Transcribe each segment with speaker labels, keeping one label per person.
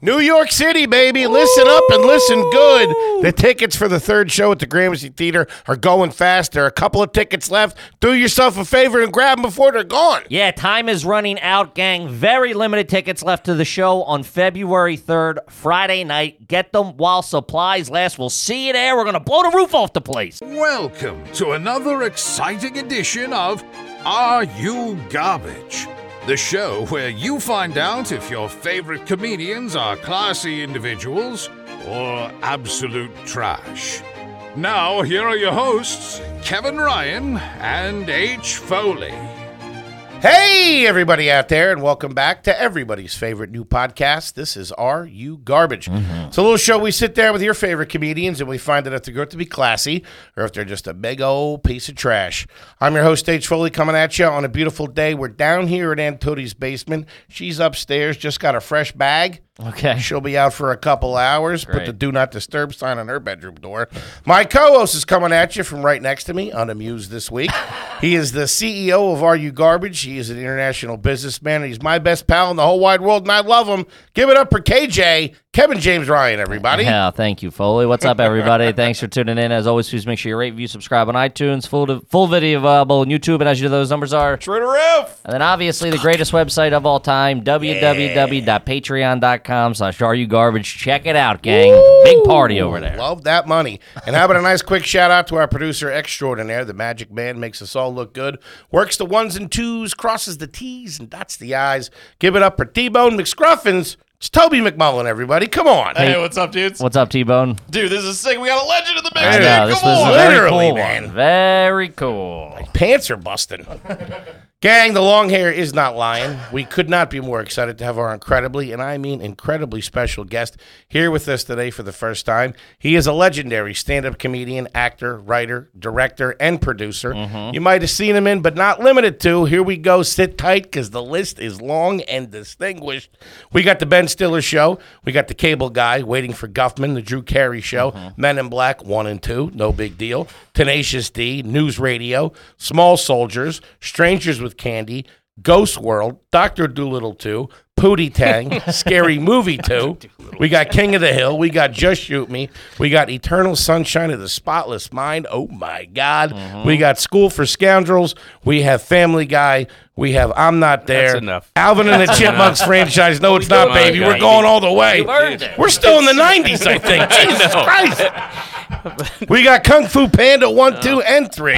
Speaker 1: New York City, baby. Listen up and listen good. The tickets for the third show at the Gramercy Theater are going fast. There are a couple of tickets left. Do yourself a favor and grab them before they're gone.
Speaker 2: Yeah, time is running out, gang. Very limited tickets left to the show on February 3rd, Friday night. Get them while supplies last. We'll see you there. We're going to blow the roof off the place.
Speaker 3: Welcome to another exciting edition of Are You Garbage? The show where you find out if your favorite comedians are classy individuals or absolute trash. Now, here are your hosts, Kevin Ryan and H. Foley.
Speaker 1: Hey, everybody out there, and welcome back to everybody's favorite new podcast. This is Are You Garbage? It's a little show we sit there with your favorite comedians and we find out if they're going to be classy or if they're just a big old piece of trash. I'm your host, Dage Foley, coming at you on a beautiful day. We're down here at Aunt Tootie's basement. She's upstairs, just got a fresh bag.
Speaker 2: Okay.
Speaker 1: She'll be out for a couple hours. Put the
Speaker 2: Great.
Speaker 1: do not disturb sign on her bedroom door. My co-host is coming at you from right next to me, unamused this week. he is the CEO of Are You Garbage. He is an international businessman. and He's my best pal in the whole wide world, and I love him. Give it up for KJ, Kevin James Ryan, everybody.
Speaker 2: Yeah, thank you, Foley. What's up, everybody? Thanks for tuning in. As always, please make sure you rate, review, subscribe on iTunes. Full, full video available on YouTube. And as you know, those numbers are And then obviously the greatest website of all time, www.patreon.com slash are you garbage. Check it out, gang. Big party over there.
Speaker 1: Love that money. And how about a nice quick shout out to our producer extraordinaire, the magic man, makes us all look good, works the ones and twos, crosses the T's and dots the I's. Give it up for T Bone McScruffins. It's Toby McMullen, everybody. Come on.
Speaker 4: Hey, what's up, dudes?
Speaker 2: What's up, T Bone?
Speaker 4: Dude, this is sick. We got a legend in the mix,
Speaker 2: I
Speaker 4: dude.
Speaker 2: know,
Speaker 4: Come
Speaker 2: this was
Speaker 4: on.
Speaker 2: a very
Speaker 1: Literally,
Speaker 2: cool
Speaker 1: man.
Speaker 2: one. Very cool.
Speaker 1: Pants are busting. Gang, the long hair is not lying. We could not be more excited to have our incredibly, and I mean incredibly special guest here with us today for the first time. He is a legendary stand up comedian, actor, writer, director, and producer. You might have seen him in, but not limited to. Here we go. Sit tight because the list is long and distinguished. We got the Ben Stiller show. We got the cable guy waiting for Guffman, the Drew Carey show,
Speaker 4: Mm-hmm.
Speaker 1: Men in Black 1 and 2, no big deal. Tenacious D, News Radio, Small Soldiers, Strangers with Candy, Ghost World, Doctor Doolittle 2, Pootie Tang, Scary Movie 2. We got King of the Hill. We got Just Shoot Me. We got Eternal Sunshine of the Spotless Mind. Oh my God.
Speaker 4: Mm-hmm.
Speaker 1: We got School for Scoundrels. We have Family Guy. We have I'm Not There.
Speaker 4: enough.
Speaker 1: Alvin and the Chipmunks franchise. No, it's not,
Speaker 4: doing?
Speaker 1: baby.
Speaker 4: My
Speaker 1: We're
Speaker 4: God.
Speaker 1: going all the way.
Speaker 2: earned it.
Speaker 1: We're still in the 90s, I think. Jesus Christ. We got Kung Fu Panda 1, 2, and 3.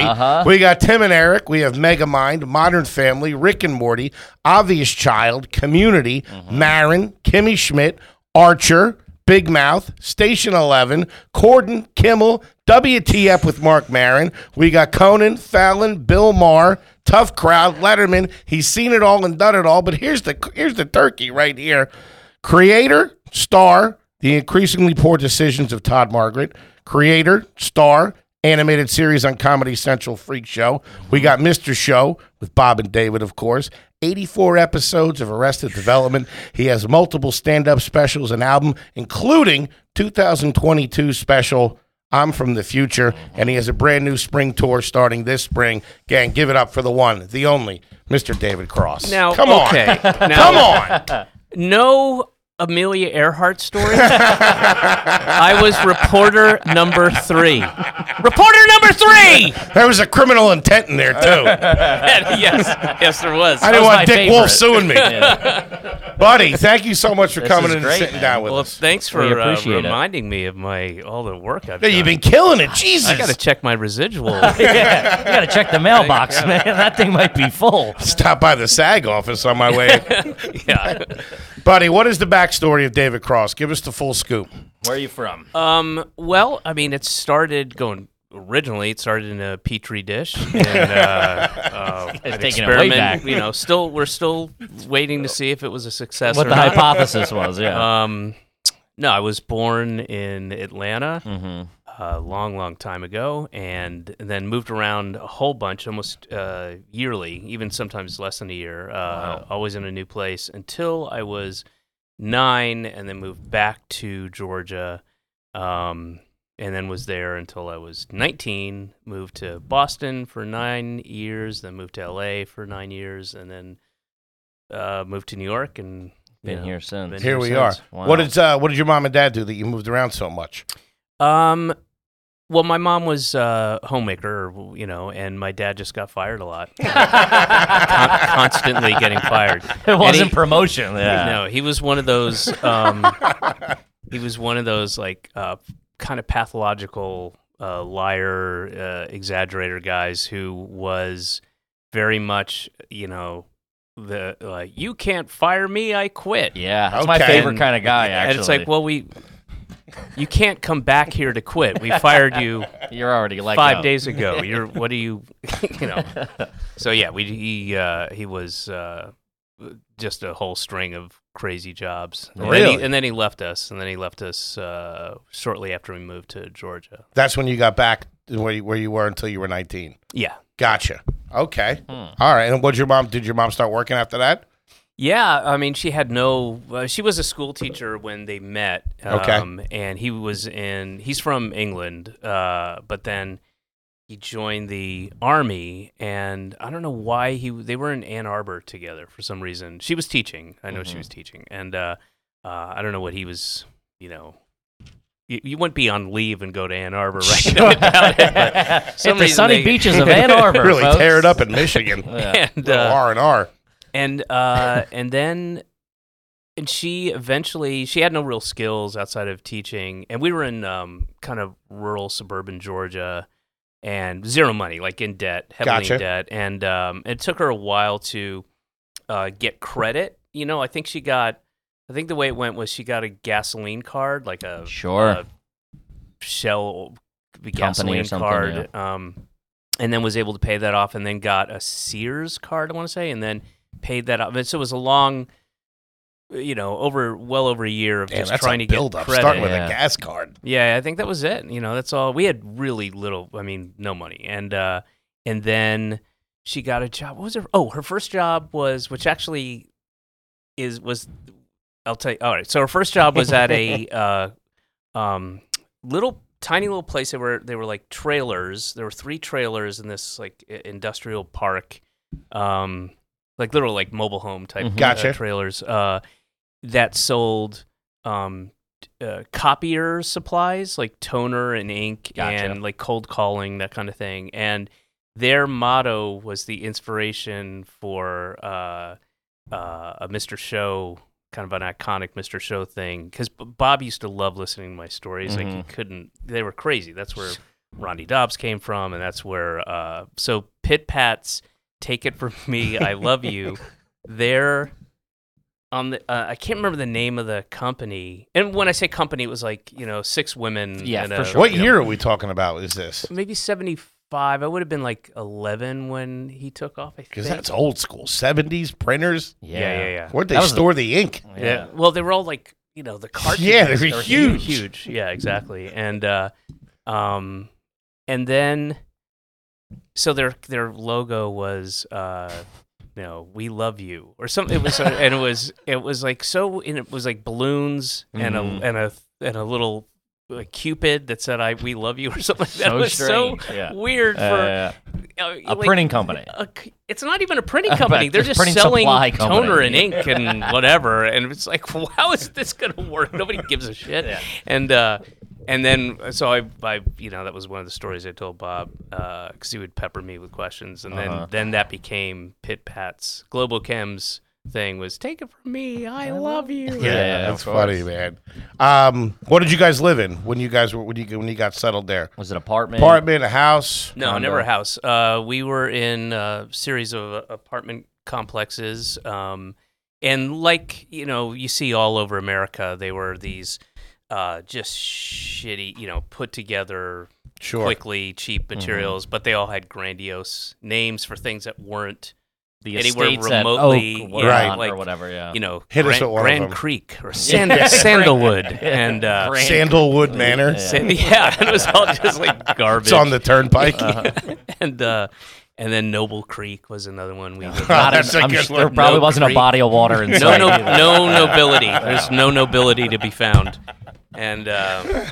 Speaker 1: We got Tim and Eric. We have Megamind, Modern Family, Rick and Morty, Obvious Child, Community, Marin, Kimmy Schmidt, Archer, Big Mouth, Station 11, Corden, Kimmel, WTF with Mark Marin. We got Conan, Fallon, Bill Maher, Tough Crowd, Letterman. He's seen it all and done it all, but here's the here's the turkey right here. Creator, star, the increasingly poor decisions of Todd Margaret. Creator, star, animated series on Comedy Central Freak Show. We got Mr. Show with Bob and David, of course. 84 episodes of Arrested Development. He has multiple stand up specials and album, including 2022 special. I'm from the future, and he has a brand new spring tour starting this spring. Gang, give it up for the one, the only, Mr. David Cross.
Speaker 5: Now,
Speaker 1: come
Speaker 5: okay.
Speaker 1: on,
Speaker 5: Now-
Speaker 1: come on.
Speaker 5: no Amelia Earhart story. I was reporter number three. Reporter number three.
Speaker 1: There was a criminal intent in there too.
Speaker 5: yes, yes, there was.
Speaker 1: I
Speaker 5: That
Speaker 1: didn't
Speaker 5: was my
Speaker 1: want Dick Wolf
Speaker 5: favorite.
Speaker 1: suing me. Buddy, thank you so much for coming
Speaker 2: is
Speaker 1: in
Speaker 2: great,
Speaker 1: and sitting
Speaker 2: man.
Speaker 1: down with
Speaker 5: Well,
Speaker 1: us.
Speaker 5: thanks for
Speaker 2: We
Speaker 5: uh,
Speaker 2: appreciate it.
Speaker 5: reminding me of my all the work I've
Speaker 1: Yeah,
Speaker 5: done.
Speaker 1: you've been killing it. Jesus.
Speaker 5: I gotta check my residual.
Speaker 2: yeah, you gotta check the mailbox, man. That thing might be full.
Speaker 1: Stop by the SAG office on my way.
Speaker 5: yeah.
Speaker 1: Buddy, what is the backstory of David Cross? Give us the full scoop.
Speaker 2: Where are you from?
Speaker 5: Um. Well, I mean, it started going. Originally, it started in a petri dish and uh, uh, an
Speaker 2: taking it way
Speaker 5: experiment.
Speaker 2: back.
Speaker 5: You know, still we're still waiting to see if it was a success.
Speaker 2: What
Speaker 5: or
Speaker 2: the
Speaker 5: not.
Speaker 2: hypothesis was, yeah.
Speaker 5: Um, no, I was born in Atlanta
Speaker 2: Mm-hmm.
Speaker 5: a long, long time ago, and then moved around a whole bunch, almost uh, yearly, even sometimes less than a year. Uh, Always in a new place until I was nine, and then moved back to Georgia, um, and then was there until I was 19. Moved to Boston for nine years, then moved to LA for nine years, and then uh, moved to New York and
Speaker 2: Been
Speaker 5: Yeah.
Speaker 2: here since.
Speaker 5: Been
Speaker 1: Here
Speaker 5: Here
Speaker 1: we are.
Speaker 2: since. Wow.
Speaker 1: What did uh, what did your mom and dad do that you moved around so much?
Speaker 5: Um, well, my mom was a homemaker, you know, and my dad just got fired a lot. Con- constantly getting fired.
Speaker 2: It
Speaker 5: And
Speaker 2: wasn't
Speaker 5: he-
Speaker 2: promotion. Yeah.
Speaker 5: No, he was one of those. Um, he was one of those like uh, kind of pathological uh, liar, uh, exaggerator guys who was very much, you know, the like you can't fire me, I quit.
Speaker 2: Yeah. That's my
Speaker 1: Okay.
Speaker 2: favorite
Speaker 5: And-
Speaker 2: kind of guy. Actually,
Speaker 5: and it's like, well, we. You can't come back here to quit. We fired you
Speaker 2: you're already like
Speaker 6: uh,
Speaker 5: five days ago. You're what do you, you know? So yeah, we he uh, he was uh, just a whole string of crazy jobs. And Then
Speaker 1: Really?
Speaker 5: he, and then he left us, and then he left us uh, shortly after we moved to Georgia.
Speaker 1: That's when you got back to where you, where you were until you were 19.
Speaker 5: Yeah,
Speaker 1: Gotcha. Okay.
Speaker 5: Hmm.
Speaker 1: All right. And what your mom did your mom start working after that?
Speaker 5: yeah. I mean, she had no. Uh, she was a school teacher when they met. um,
Speaker 1: Okay.
Speaker 5: and he was in. He's from England, uh, but then. He joined the army, and I don't know why he. They were in Ann Arbor together for some reason. She was teaching. I know she was teaching, and uh, uh, I don't know what he was. You know, you, you wouldn't be on leave and go to Ann Arbor right now. without it, but
Speaker 2: Hit
Speaker 5: some
Speaker 2: the
Speaker 5: reason
Speaker 2: sunny
Speaker 5: they-
Speaker 2: beaches of Ann Arbor.
Speaker 1: really
Speaker 2: folks.
Speaker 1: tear it up in Michigan.
Speaker 5: and uh,
Speaker 1: R and R.
Speaker 5: and uh, and then and she eventually she had no real skills outside of teaching and we were in um, kind of rural suburban georgia and zero money like in debt heavily
Speaker 1: Gotcha.
Speaker 5: in debt and um, it took her a while to uh, get credit you know i think she got i think the way it went was she got a gasoline card like a
Speaker 2: Sure.
Speaker 5: a shell uh, gasoline
Speaker 2: something,
Speaker 5: card um, and then was able to pay that off and then got a sears card i want to say and then paid that off And so it was a long you know over well over a year of
Speaker 1: Damn,
Speaker 5: just
Speaker 1: that's
Speaker 5: trying
Speaker 1: a
Speaker 5: to
Speaker 1: build
Speaker 5: get
Speaker 1: up.
Speaker 5: credit
Speaker 1: Starting with
Speaker 2: Yeah.
Speaker 1: a gas card.
Speaker 5: yeah, I think that was it. You know, that's all. We had really little. I mean, no money, and uh, and then she got a job. What was her? Oh, her first job was, which actually is was. I'll tell you. All right, so her first job was at a uh, um, little tiny little place. They were they were like trailers. There were three trailers in this like i- industrial park, um, like little like mobile home type
Speaker 2: Mhm.
Speaker 5: uh,
Speaker 1: Gotcha.
Speaker 5: trailers uh, that sold. Um, uh, copier supplies like toner and ink
Speaker 2: Gotcha.
Speaker 5: and like cold calling that kind of thing and their motto was the inspiration for uh, uh, a mr show kind of an iconic mr show thing because bob used to love listening to my stories like he couldn't they were crazy that's where ronnie dobbs came from and that's where uh, so pit pat's take it from me i love you their on the uh, I can't remember the name of the company. And when I say company, it was like you know six women.
Speaker 2: Yeah,
Speaker 5: and
Speaker 2: for
Speaker 5: a-
Speaker 2: sure.
Speaker 1: What
Speaker 5: you know,
Speaker 1: year are we talking about? Is this?
Speaker 5: maybe seventy five. I would have been like eleven when he took off. I think.
Speaker 1: Because that's old school. 70s printers.
Speaker 2: Yeah.
Speaker 5: yeah, yeah, yeah.
Speaker 1: Where'd they
Speaker 2: That was the-
Speaker 1: store the ink?
Speaker 5: yeah. Well, they were all like you know the cartridges.
Speaker 1: Yeah, they were
Speaker 5: huge,
Speaker 1: huge.
Speaker 5: huge. Yeah, exactly. And uh, um, and then so their their logo was uh. No, we love you, or something. It was, uh, and it was, it was like so, and it was like balloons and a
Speaker 2: Mhm.
Speaker 5: and a and a little uh, cupid that said "I we love you" or something. Like that
Speaker 2: So
Speaker 5: It was
Speaker 2: strange,
Speaker 5: so
Speaker 2: yeah.
Speaker 5: weird
Speaker 2: Yeah,
Speaker 5: for
Speaker 2: yeah,
Speaker 5: uh,
Speaker 2: yeah. a
Speaker 5: like,
Speaker 2: printing company.
Speaker 5: a c- it's not even a printing
Speaker 2: A
Speaker 5: company. They're just
Speaker 2: printing
Speaker 5: selling
Speaker 2: supply company.
Speaker 5: toner and ink and whatever. And it's like, how is this gonna work? Nobody gives a shit. And uh, and then so I, I, you know, that was one of the stories I told Bob because he would pepper me with questions, and
Speaker 2: Uh-huh.
Speaker 5: then then that became Pit Pat's Global Chems thing was take it from me, I love you.
Speaker 2: Yeah,
Speaker 1: that's
Speaker 2: of course.
Speaker 1: funny, man. Um, what did you guys live in when you guys were when you when you got settled there?
Speaker 2: Was it apartment?
Speaker 1: Apartment, a house.
Speaker 5: No,
Speaker 2: condo.
Speaker 5: never a house. Uh, we were in a series of uh, apartment complexes, um, and like you know, you see all over America, they were these uh, just shitty, you know, put together
Speaker 1: Sure. Mm-hmm.
Speaker 5: quickly, cheap materials, but they all had grandiose names for things that weren't,
Speaker 2: The
Speaker 5: anywhere
Speaker 2: estates at
Speaker 5: remotely,
Speaker 2: Oak,
Speaker 5: yeah,
Speaker 2: Woodlawn,
Speaker 5: like-
Speaker 2: or whatever. Yeah.
Speaker 5: you know,
Speaker 1: Hit us
Speaker 5: Gran-
Speaker 1: with one of
Speaker 5: Grand
Speaker 1: them.
Speaker 5: Creek or Sand- Sandalwood, and uh,
Speaker 2: Grand-
Speaker 1: Sandalwood Manor.
Speaker 5: Sa- yeah, and it was all just like garbage.
Speaker 1: It's on the turnpike.
Speaker 5: and uh, and then Noble Creek was another one we lived
Speaker 1: Not
Speaker 5: in.
Speaker 1: That's a
Speaker 2: I'm
Speaker 1: good
Speaker 2: sure
Speaker 1: one.
Speaker 2: there probably
Speaker 5: No
Speaker 2: wasn't a
Speaker 5: creep.
Speaker 2: body of water in
Speaker 5: no,
Speaker 2: sight
Speaker 5: no,
Speaker 2: either.
Speaker 5: no nobility. There's no nobility to be found, and uh,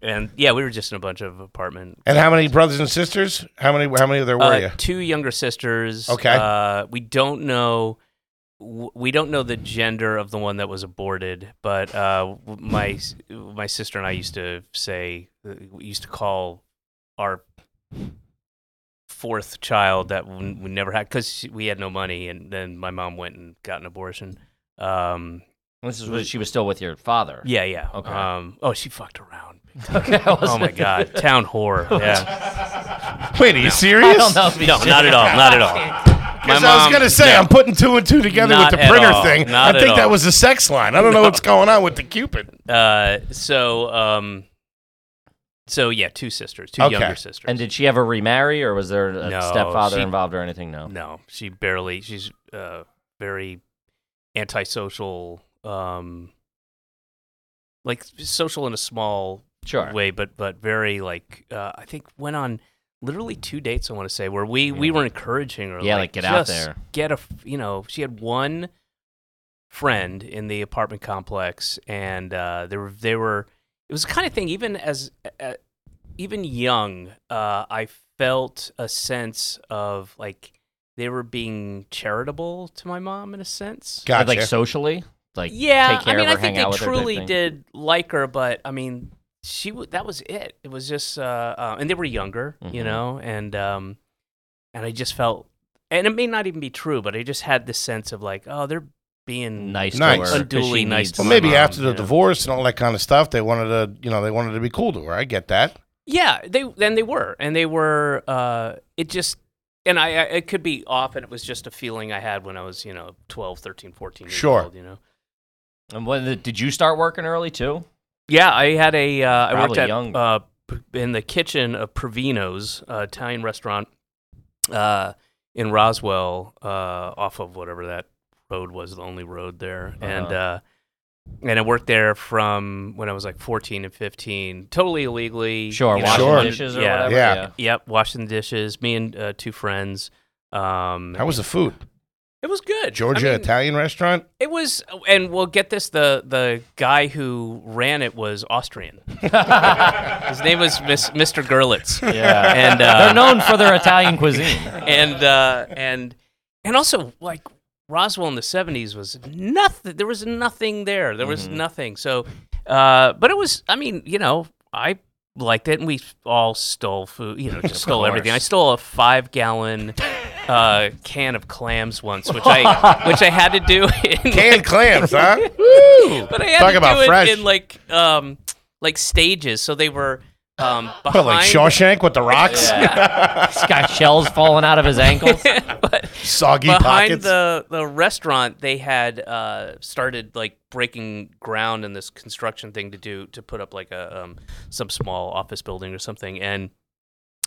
Speaker 5: and yeah, we were just in a bunch of apartment.
Speaker 1: and how many brothers and sisters? How many? How many there were
Speaker 5: Uh,
Speaker 1: you?
Speaker 5: two younger sisters.
Speaker 1: Okay.
Speaker 5: Uh, we don't know. w- we don't know the gender of the one that was aborted, but uh, w- my s- my sister and I used to say uh, we used to call our fourth child that we we never had because we had no money, and then my mom went and got an abortion. Um,
Speaker 2: This is when she was still with your father.
Speaker 5: yeah, yeah.
Speaker 2: Okay.
Speaker 5: Um, oh, she fucked around.
Speaker 2: Okay. I
Speaker 5: Oh my
Speaker 2: wasn't-
Speaker 5: god, town whore. Yeah.
Speaker 1: Wait, are you serious?
Speaker 2: I don't know. If he
Speaker 5: No,
Speaker 2: said-
Speaker 5: not at all. Not at all. My
Speaker 1: Because I was
Speaker 5: mom-
Speaker 1: gonna say
Speaker 5: no.
Speaker 1: I'm putting two and two together
Speaker 5: Not
Speaker 1: with the
Speaker 5: at
Speaker 1: printer
Speaker 5: all.
Speaker 1: thing.
Speaker 5: Not
Speaker 1: I
Speaker 5: at
Speaker 1: think that
Speaker 5: all.
Speaker 1: was the sex line. I don't know what's going on with the cupid.
Speaker 5: Uh, so um, so yeah, two sisters, two
Speaker 1: Okay.
Speaker 5: younger sisters.
Speaker 2: And did she ever remarry, or was there a
Speaker 5: No,
Speaker 2: stepfather
Speaker 5: she-
Speaker 2: involved or anything? No.
Speaker 5: no, she barely. She's uh very antisocial, um, like social in a small
Speaker 2: Sure.
Speaker 5: way, but but very like uh, I think went on literally two dates. I want to say where we we
Speaker 2: Yeah.
Speaker 5: were encouraging her.
Speaker 2: Yeah, like, get out
Speaker 5: "Just
Speaker 2: there."
Speaker 5: Get a f- you know she had one friend in the apartment complex, and uh, they were they were it was the kind of thing even as uh, even young uh, I felt a sense of like they were being charitable to my mom in a sense
Speaker 2: Like,
Speaker 1: Gotcha.
Speaker 2: Like socially, like
Speaker 5: yeah,
Speaker 2: take care
Speaker 5: I mean,
Speaker 2: of her,
Speaker 5: I
Speaker 2: hang
Speaker 5: think they
Speaker 2: out with her. type
Speaker 5: truly
Speaker 2: thing?
Speaker 5: did like her, but I mean, she w- that was it. It was just, uh, uh, and they were younger, you
Speaker 2: Mhm.
Speaker 5: know, and um, and I just felt, and it may not even be true, but I just had this sense of like, oh, they're being
Speaker 2: nice,
Speaker 1: Nice.
Speaker 2: to her. 'cause
Speaker 5: Unduly
Speaker 2: she
Speaker 5: nice
Speaker 2: needs
Speaker 5: to
Speaker 1: well,
Speaker 5: my
Speaker 2: some-
Speaker 1: maybe
Speaker 5: mom,
Speaker 1: after the
Speaker 5: yeah.
Speaker 1: divorce and all that kind of stuff, they wanted to, you know, they wanted to be cool to her. I get that.
Speaker 5: Yeah, they then they were, and they were. Uh, it just. And I, I, it could be off, and it was just a feeling I had when I was, you know, 12, 13, 14 years
Speaker 1: Sure.
Speaker 5: old, you know?
Speaker 2: And what, did you start working early too?
Speaker 5: Yeah, I had a. Uh, I worked
Speaker 2: Probably
Speaker 5: at
Speaker 2: young.
Speaker 5: uh, p- in the kitchen of Provino's uh, Italian restaurant uh, in Roswell, uh, off of whatever that road was, the only road there, and
Speaker 2: Uh-huh.
Speaker 5: uh, and I worked there from when I was like fourteen and fifteen, totally illegally.
Speaker 2: Sure,
Speaker 5: you know,
Speaker 2: washing
Speaker 1: Sure.
Speaker 2: dishes or
Speaker 5: yeah,
Speaker 2: whatever.
Speaker 1: Yeah.
Speaker 5: Yep, washing the dishes. Me and uh, two friends. Um,
Speaker 1: How was the food?
Speaker 5: it was good. I
Speaker 1: Georgia
Speaker 5: mean,
Speaker 1: Italian restaurant.
Speaker 5: it was, and we'll get this. The the guy who ran it was Austrian. His name was Miss, Mr. Gerlitz,
Speaker 2: Yeah.
Speaker 5: and
Speaker 2: They're
Speaker 5: uh,
Speaker 2: known for their Italian cuisine.
Speaker 5: and uh, and and also like Roswell in the seventies was nothing. There was nothing there. There was nothing. So, uh, but it was. I mean, you know, I liked it, and we all stole food. You know, just stole everything. I stole a five gallon. Uh, can of clams once, which I which I had to do in
Speaker 1: Canned clams, huh? Woo!
Speaker 5: but I had
Speaker 1: Talk
Speaker 5: to
Speaker 1: about
Speaker 5: do it
Speaker 1: fresh.
Speaker 5: in like um like stages, so they were um behind.
Speaker 1: What, like Shawshank with the rocks,
Speaker 2: He's got shells falling out of his ankles.
Speaker 5: but
Speaker 1: soggy
Speaker 5: behind
Speaker 1: pockets.
Speaker 5: the the restaurant, they had uh started like breaking ground in this construction thing to do to put up like a um some small office building or something, and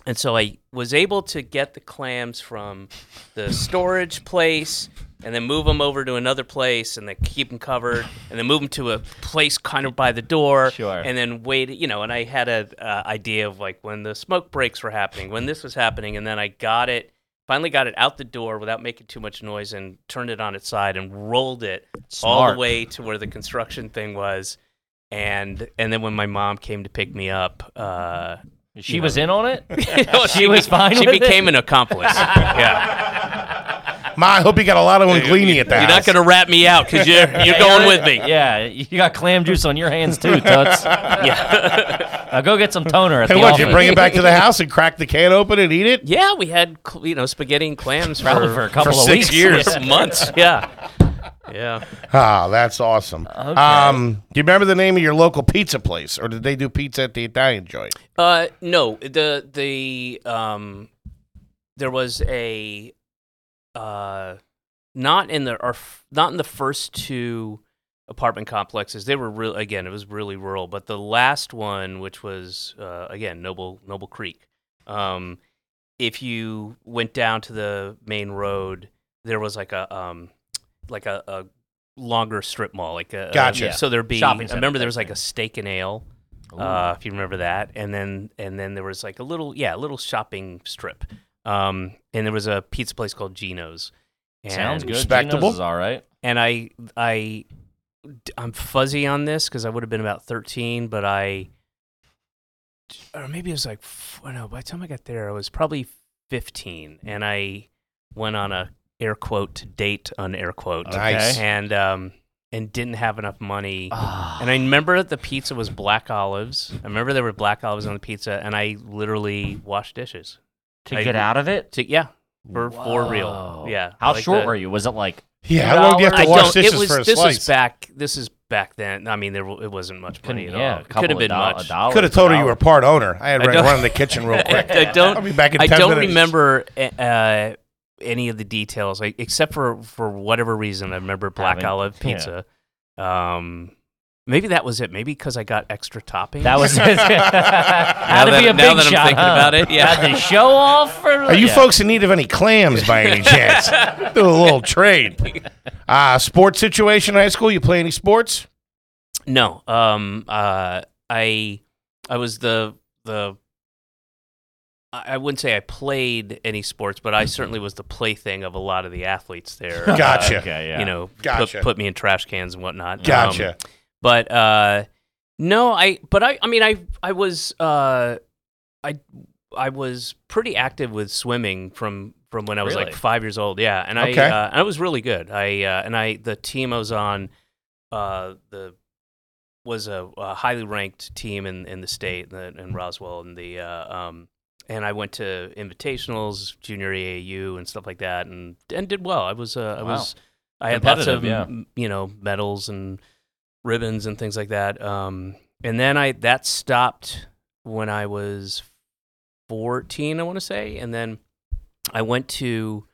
Speaker 5: and so I was able to get the clams from the storage place and then move them over to another place and then keep them covered and then move them to a place kind of by the door
Speaker 2: Sure.
Speaker 5: and then wait you know and i had a uh, idea of like when the smoke breaks were happening when this was happening and then i got it finally got it out the door without making too much noise and turned it on its side and rolled it all
Speaker 2: Smart.
Speaker 5: the way to where the construction thing was and and then when my mom came to pick me up uh
Speaker 2: She was in on it.
Speaker 5: no,
Speaker 2: She was fine
Speaker 5: She
Speaker 2: with it?
Speaker 5: became an accomplice. yeah,
Speaker 1: Ma, I hope you got a lot of linguine at that.
Speaker 5: you're not gonna rat me out because you're you're going with me.
Speaker 2: Yeah, you got clam juice on your hands too, Tuts.
Speaker 5: Yeah,
Speaker 2: Now go get some toner at
Speaker 1: Hey,
Speaker 2: the
Speaker 1: what?
Speaker 2: office.
Speaker 1: You bring it back to the house and crack the can open and eat it?
Speaker 5: yeah. We had cl- you know spaghetti and clams for,
Speaker 2: Probably for a couple of
Speaker 1: six
Speaker 2: weeks.
Speaker 1: years.
Speaker 2: Yeah.
Speaker 5: months. Yeah, yeah.
Speaker 1: Ah, that's awesome. Um, do you remember the name of your local pizza place, or did they do pizza at the Italian joint?
Speaker 5: Uh, no, the the um, there was a uh, not in the or f- not in the first two apartment complexes. They were real again. It was really rural, but the last one, which was uh, again Noble Noble Creek. Um, if you went down to the main road, there was like a um, like a, a longer strip mall, like a a-
Speaker 1: Gotcha.
Speaker 5: So there'd be
Speaker 2: Shopping
Speaker 5: I
Speaker 2: center
Speaker 5: remember
Speaker 2: type
Speaker 5: there was like
Speaker 2: thing.
Speaker 5: a steak and ale uh, if you remember that. And then and then there was like a little yeah, a little shopping strip. Um, and there was a pizza place called Gino's. And,
Speaker 2: Sounds good.
Speaker 1: Respectable.
Speaker 2: Gino's is all right.
Speaker 5: And I I I'm fuzzy on this because I would have been about 13, but I or maybe it was like f- oh no. By the time I got there, I was probably 15, and I went on a air quote to date on air quote
Speaker 1: Nice. Okay.
Speaker 5: and um and didn't have enough money and i remember the pizza was black olives i remember there were black olives on the pizza and i literally washed dishes
Speaker 2: to
Speaker 5: I-
Speaker 2: get out of it.
Speaker 5: to yeah for for real
Speaker 2: Whoa.
Speaker 5: yeah
Speaker 2: How
Speaker 5: like
Speaker 2: short
Speaker 5: the-
Speaker 2: were you? Was it like
Speaker 1: Yeah, how long do you have
Speaker 5: I
Speaker 1: to wash
Speaker 5: don't-
Speaker 1: dishes
Speaker 5: it was,
Speaker 1: for a
Speaker 5: this
Speaker 1: slice?
Speaker 5: was back this is back then i mean there w- it wasn't much money
Speaker 2: couldn't-
Speaker 5: at
Speaker 2: yeah,
Speaker 5: all could have been much
Speaker 1: Could have told her you were part owner. I had to
Speaker 5: I don't-
Speaker 1: run in the kitchen real quick.
Speaker 5: I don't.
Speaker 1: I'll be back in
Speaker 5: I
Speaker 1: 10
Speaker 5: don't
Speaker 1: minutes.
Speaker 5: remember uh, any of the details, like, except for for whatever reason. I remember black
Speaker 2: Having-
Speaker 5: olive
Speaker 2: yeah.
Speaker 5: pizza. Um, maybe that was it. Maybe because I got extra toppings.
Speaker 2: That was how to
Speaker 5: that-
Speaker 2: be a
Speaker 5: now
Speaker 2: big
Speaker 5: that I'm
Speaker 2: shot.
Speaker 5: thinking
Speaker 2: huh?
Speaker 5: about it, yeah.
Speaker 2: Had the show off. For,
Speaker 1: Are you folks in need of any clams by any chance? Do a little trade. Uh, sports situation in high school. You play any sports?
Speaker 5: no. Um, uh, I I was the the. I I wouldn't say I played any sports, but
Speaker 1: Mm-hmm.
Speaker 5: I certainly was the plaything of a lot of the athletes there. Uh,
Speaker 1: Gotcha.
Speaker 2: Okay, yeah.
Speaker 5: you know,
Speaker 1: Gotcha.
Speaker 5: put, put me in trash cans and whatnot. Um,
Speaker 1: Gotcha.
Speaker 5: but uh, no, I but I I mean I I was uh, I I was pretty active with swimming from from when I was
Speaker 2: Really?
Speaker 5: like five years old. Yeah, and
Speaker 1: Okay.
Speaker 5: I uh, and I was really good. I uh, and I the team I was on uh, the was a, a highly ranked team in, in the state the, in Roswell and the uh, um, and I went to invitationals, junior AAU, and stuff like that, and and did well. I was uh, I
Speaker 2: Wow.
Speaker 5: was I had lots of
Speaker 2: Competitive,
Speaker 5: m- you know medals and ribbons and things like that. Um, and then I that stopped when I was fourteen, I want to say, and then I went to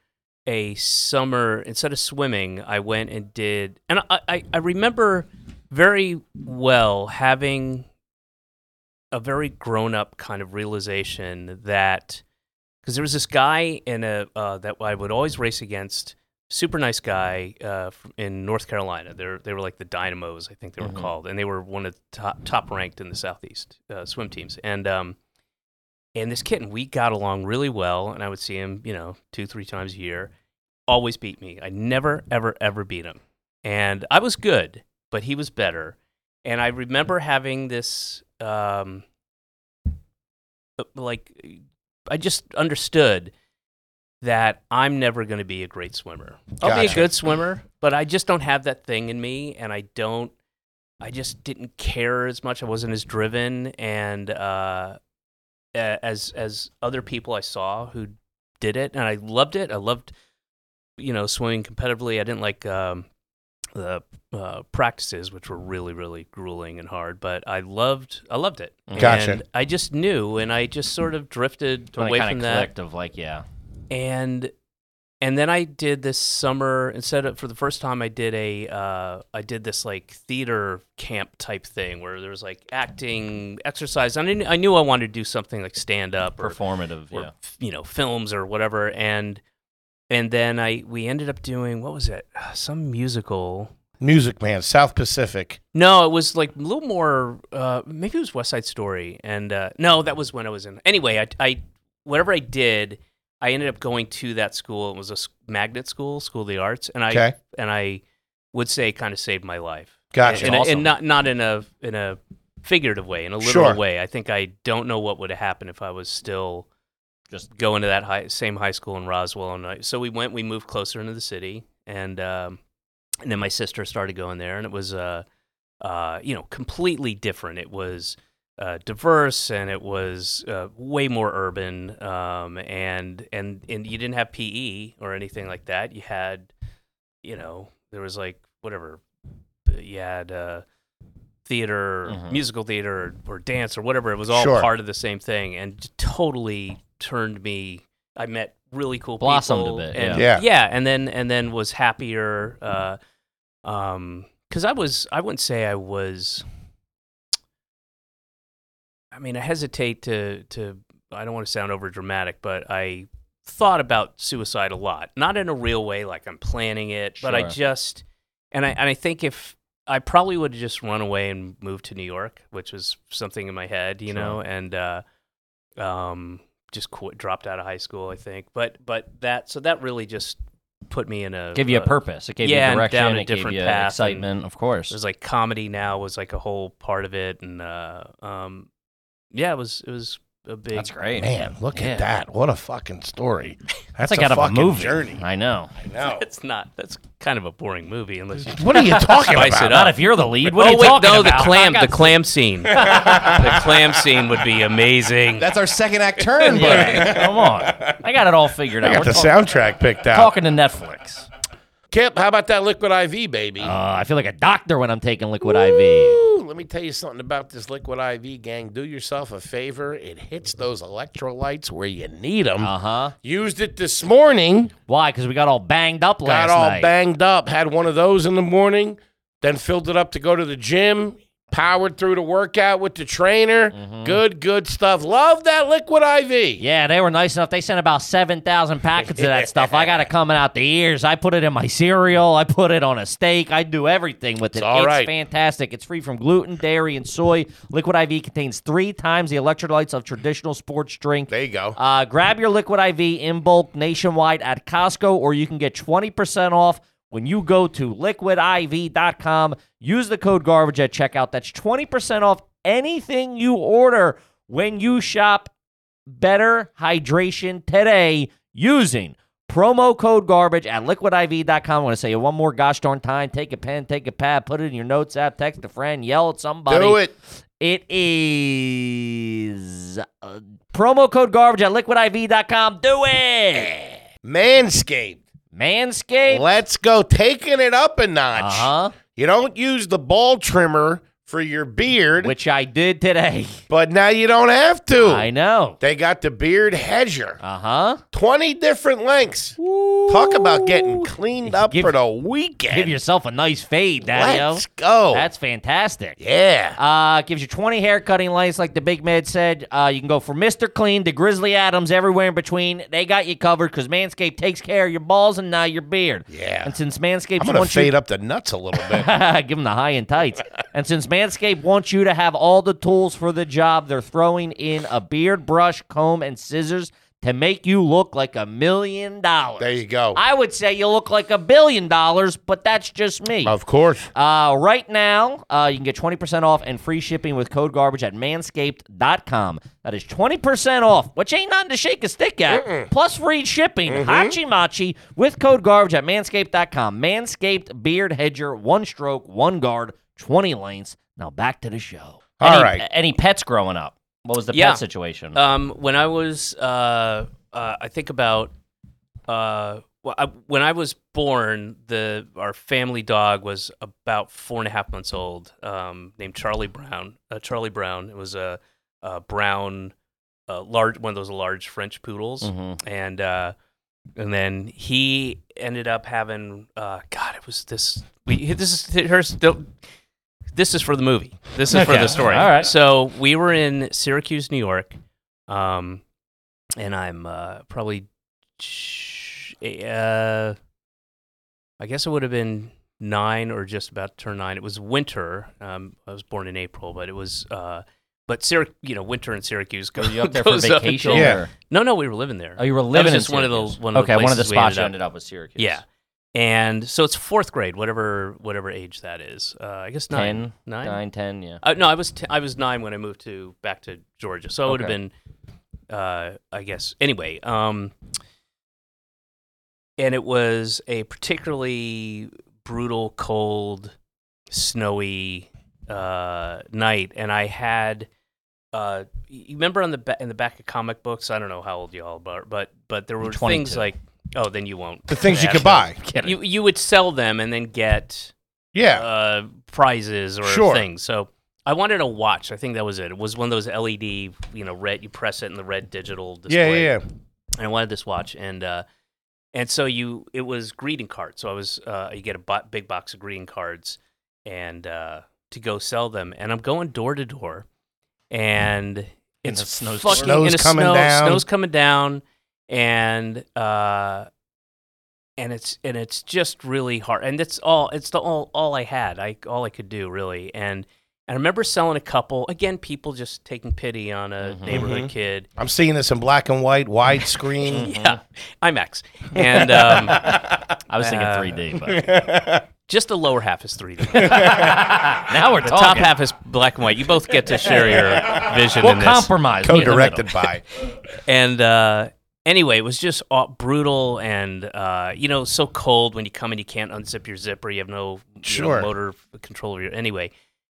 Speaker 5: a summer instead of swimming. I went and did, and I I, I remember very well having a very grown up kind of realization that because there was this guy in a uh, that I would always race against, super nice guy uh, f- in North Carolina. They they were like the Dynamos, I think they were called, and they were one of the top top ranked in the Southeast uh, swim teams. And um, and this kid and we got along really well, and I would see him, you know, two three times a year. Always beat me. I never ever ever beat him, and I was good, but he was better. And I remember having this um, uh, like I just understood that I'm never going to be a great swimmer. I'll be a
Speaker 1: Gotcha.
Speaker 5: good swimmer, but I just don't have that thing in me, and I don't. I just didn't care as much. I wasn't as driven, and uh, a- as as other people I saw who did it, and I loved it. I loved, you know, swimming competitively. I didn't like um, the uh, practices, which were really really grueling and hard, but I loved I loved it.
Speaker 2: Mm.
Speaker 1: Gotcha.
Speaker 5: And I just knew, and I just sort of drifted
Speaker 2: When it
Speaker 5: away
Speaker 2: kinda
Speaker 5: from that
Speaker 2: clicked Of like, yeah,
Speaker 5: and and then I did this summer instead of for the first time I did a uh, I did this like theater camp type thing where there was like acting exercise. I didn't, I knew I wanted to do something like stand up or
Speaker 2: performative.
Speaker 5: or
Speaker 2: yeah.
Speaker 5: you know films or whatever and and then I we ended up doing what was it some musical
Speaker 1: Music Man, South Pacific.
Speaker 5: no, it was like a little more. Uh, maybe it was West Side Story, and uh, no, that was when I was in. Anyway, I, I whatever I did, I ended up going to that school. It was a s- magnet school, School of the Arts, and I
Speaker 1: Okay.
Speaker 5: and I would say kind of saved my life.
Speaker 1: Gotcha.
Speaker 5: and, and,
Speaker 2: Awesome.
Speaker 5: not not in a in a figurative way, in a literal
Speaker 1: Sure.
Speaker 5: way. I think I don't know what would have happened if I was still
Speaker 2: Just-
Speaker 5: just going to that high, same high school in Roswell. And I, so we went. We moved closer into the city, and um, and then my sister started going there, and it was uh, uh, you know completely different. It was uh, diverse, and it was uh, way more urban, um, and and and you didn't have PE or anything like that. You had, you know, there was like whatever, you had. Uh, theater,
Speaker 2: Mhm.
Speaker 5: musical theater, or dance, or whatever. It was all
Speaker 1: Sure.
Speaker 5: part of the same thing, and j- totally turned me. I met really cool
Speaker 2: Blossomed a
Speaker 5: people,
Speaker 2: bit,
Speaker 5: and-
Speaker 1: yeah.
Speaker 5: and then and then was happier. Uh, um, because I was, I wouldn't say I was. I mean, I hesitate to to. I don't want to sound over dramatic, but I thought about suicide a lot. Not in a real way, like I'm planning it, but I
Speaker 2: Sure.
Speaker 5: just and I and I think if I probably would have just run away and moved to New York, which was something in my head, you know, and uh, um, just quit, dropped out of high school, I think. But but that so that really just put me in a
Speaker 2: Gave you a
Speaker 5: uh,
Speaker 2: purpose. It gave
Speaker 5: yeah,
Speaker 2: you
Speaker 5: and
Speaker 2: direction.
Speaker 5: down a
Speaker 2: it gave
Speaker 5: different
Speaker 2: you
Speaker 5: path and-
Speaker 2: excitement, of
Speaker 5: It
Speaker 2: course.
Speaker 5: was like comedy now was like a whole part of it, and uh, um, yeah, it was it was a big.
Speaker 6: That's great.
Speaker 1: Man, look
Speaker 6: Yeah.
Speaker 1: at that. What a fucking story. That's
Speaker 6: It's like
Speaker 1: a
Speaker 6: out of a
Speaker 1: fucking
Speaker 6: movie.
Speaker 1: journey.
Speaker 6: I know.
Speaker 1: No.
Speaker 5: It's not. That's kind of a boring movie unless you
Speaker 1: What are you talking
Speaker 5: Spice it
Speaker 1: about?
Speaker 5: up.
Speaker 6: Not if you're the lead. What are
Speaker 5: oh
Speaker 6: you
Speaker 5: wait,
Speaker 6: talking
Speaker 5: no,
Speaker 6: about?
Speaker 5: the clam,
Speaker 6: I
Speaker 5: the
Speaker 6: got-
Speaker 5: clam scene. the clam scene would be amazing.
Speaker 7: That's our second act turn, buddy.
Speaker 6: Yeah, come on. I got it all figured
Speaker 1: I
Speaker 6: out.
Speaker 1: got
Speaker 6: We're
Speaker 1: the
Speaker 6: talk-
Speaker 1: soundtrack picked out.
Speaker 6: talking to Netflix.
Speaker 1: Kip, how about that liquid IV, baby?
Speaker 5: Oh,
Speaker 6: Uh, I feel like a doctor when I'm taking liquid IV.
Speaker 1: Ooh, let me tell you something about this liquid IV, gang. Do yourself a favor. It hits those electrolytes where you need them.
Speaker 6: Uh huh.
Speaker 1: Used it this morning.
Speaker 6: Why? Because we got all banged up last
Speaker 1: got all
Speaker 6: night.
Speaker 1: banged up. Had one of those in the morning, then filled it up to go to the gym. Powered through the workout with the trainer.
Speaker 6: Mm-hmm.
Speaker 1: Good, good stuff. Love that liquid IV.
Speaker 6: yeah, they were nice enough. They sent about 7,000 packets of that stuff. I got it coming out the ears. I put it in my cereal. I put it on a steak. I do everything with it.
Speaker 1: all
Speaker 6: it's
Speaker 1: right.
Speaker 6: fantastic. It's free from gluten, dairy, and soy. Liquid IV contains three times the electrolytes of traditional sports drink.
Speaker 1: There you go.
Speaker 6: Uh, grab your Liquid IV in bulk nationwide at Costco, or you can get 20% off when you go to liquidiv.com. Use the code garbage at checkout. That's 20% off anything you order when you shop Better Hydration today using promo code garbage at liquidiv.com. I'm going to say it one more gosh darn time. Take a pen, take a pad, put it in your notes app, text a friend, yell at somebody.
Speaker 1: Do it.
Speaker 6: It is uh, promo code garbage at liquidiv.com. Do it.
Speaker 1: Manscaped.
Speaker 6: Manscaped.
Speaker 1: Let's go. Taking it up a notch.
Speaker 6: Uh huh.
Speaker 1: You don't use the ball trimmer for your beard,
Speaker 6: Which I did today.
Speaker 1: but now you don't have to.
Speaker 6: I know.
Speaker 1: They got the beard hedger.
Speaker 6: Uh huh.
Speaker 1: 20 different lengths. Talk about getting cleaned up
Speaker 6: Give-
Speaker 1: for the weekend.
Speaker 6: Give yourself a nice fade, Daddy.
Speaker 1: Let's go.
Speaker 6: That's fantastic.
Speaker 1: yeah.
Speaker 6: Uh, gives you 20 hair cutting lengths, like the big man said. Uh, you can go from Mr. Clean to Grizzly Adams, everywhere in between. They got you covered because Manscaped takes care of your balls and now your beard.
Speaker 1: Yeah.
Speaker 6: And since Manscaped
Speaker 1: I'm going to
Speaker 6: wants you
Speaker 1: fade up the nuts a little bit.
Speaker 6: Give them the high and tights. and since Manscaped wants you to have all the tools for the job, they're throwing in a beard brush, comb, and scissors to make you look like a million dollars.
Speaker 1: There you go.
Speaker 6: I would say you look like a billion dollars, but that's just me.
Speaker 1: of course.
Speaker 6: Uh, right now, uh, you can get 20% off and free shipping with code garbage at manscaped.com. That is 20% off, which ain't nothing to shake a stick at. Plus free shipping,
Speaker 1: Mm-hmm.
Speaker 6: hachi machi, with code garbage at manscaped.com. Manscaped Beard Hedger, one stroke, one guard, 20 lengths. Now back to the show.
Speaker 1: All
Speaker 6: any,
Speaker 1: right.
Speaker 6: Any pets growing up? What was the
Speaker 5: Yeah.
Speaker 6: pet situation?
Speaker 5: Um, when I was, uh, uh, I think about, uh, well, I, when I was born, the our family dog was about four and a half months old, um, named Charlie Brown. Uh, Charlie Brown. It was a, a brown, uh, large one of those large French poodles,
Speaker 6: Mhm.
Speaker 5: and uh, and then he ended up having, uh, God, it was this. We this is her still. This is for the movie. This is for
Speaker 6: Okay.
Speaker 5: the story.
Speaker 6: All right.
Speaker 5: So we were in Syracuse, New York, um, and I'm uh, probably, ch- uh, I guess it would have been nine or just about to turn nine. It was winter. Um, I was born in April, but it was, uh, but Syrac- you know, winter in Syracuse goes,
Speaker 6: were you up there for
Speaker 5: goes up
Speaker 6: vacation?
Speaker 5: until-
Speaker 1: Yeah.
Speaker 6: or-
Speaker 5: No, no, we were living there.
Speaker 6: Oh, you were living
Speaker 5: just
Speaker 6: in
Speaker 5: one of the-
Speaker 6: Syracuse.
Speaker 5: one of the
Speaker 6: Okay, one of the
Speaker 5: places we
Speaker 6: spots you
Speaker 5: ended up.
Speaker 6: ended up with Syracuse.
Speaker 5: Yeah. And so it's fourth grade, whatever whatever age that is. Uh, I guess nine,
Speaker 6: Ten,
Speaker 5: nine.
Speaker 6: nine, ten, yeah.
Speaker 5: Uh, no, I was t- I was nine when I moved to back to Georgia, so it would have
Speaker 6: Okay.
Speaker 5: been, uh, I guess. Anyway, um, and it was a particularly brutal, cold, snowy uh, night, and I had. Uh, you remember on the ba- in the back of comic books? I don't know how old y'all are, but but there were things
Speaker 6: 22.
Speaker 5: like oh, then you won't
Speaker 1: The things you
Speaker 5: ask
Speaker 1: could
Speaker 5: those.
Speaker 1: buy.
Speaker 5: You you would sell them and then get
Speaker 1: Yeah.
Speaker 5: uh, prizes or
Speaker 1: Sure.
Speaker 5: things. So I wanted a watch. I think that was it. It was one of those LED, you know, red. You press it in the red digital
Speaker 1: Yeah,
Speaker 5: display.
Speaker 1: yeah, yeah.
Speaker 5: And I wanted this watch, and uh, and so you, it was greeting cards. So I was, uh, you get a bo- big box of greeting cards, and uh, to go sell them. And I'm going door to door, and it's
Speaker 6: the snowstorm.
Speaker 5: fucking
Speaker 1: Snow's
Speaker 5: in a
Speaker 1: coming
Speaker 5: snow,
Speaker 1: down.
Speaker 5: Snow's coming down, and uh, and it's and it's just really hard and it's all it's the all all i had i all i could do really and i remember selling a couple again people just taking pity on a neighborhood
Speaker 1: Mm-hmm.
Speaker 5: kid
Speaker 1: I'm seeing this in black and white, widescreen.
Speaker 5: yeah imax and um
Speaker 6: I was thinking
Speaker 5: Uh,
Speaker 6: 3D, but
Speaker 5: Just the lower half is 3D.
Speaker 6: Now we're
Speaker 5: The
Speaker 6: talking.
Speaker 5: top half is black and white. You both get to share your vision
Speaker 6: we'll
Speaker 5: in this.
Speaker 6: compromise. Meet in the
Speaker 1: co-directed
Speaker 6: middle.
Speaker 1: by.
Speaker 5: and uh, anyway, it was just aw- brutal and uh, you know so cold when you come in, you can't unzip your zipper. You have no you know,
Speaker 1: Sure.
Speaker 5: motor f- control. Of your, anyway,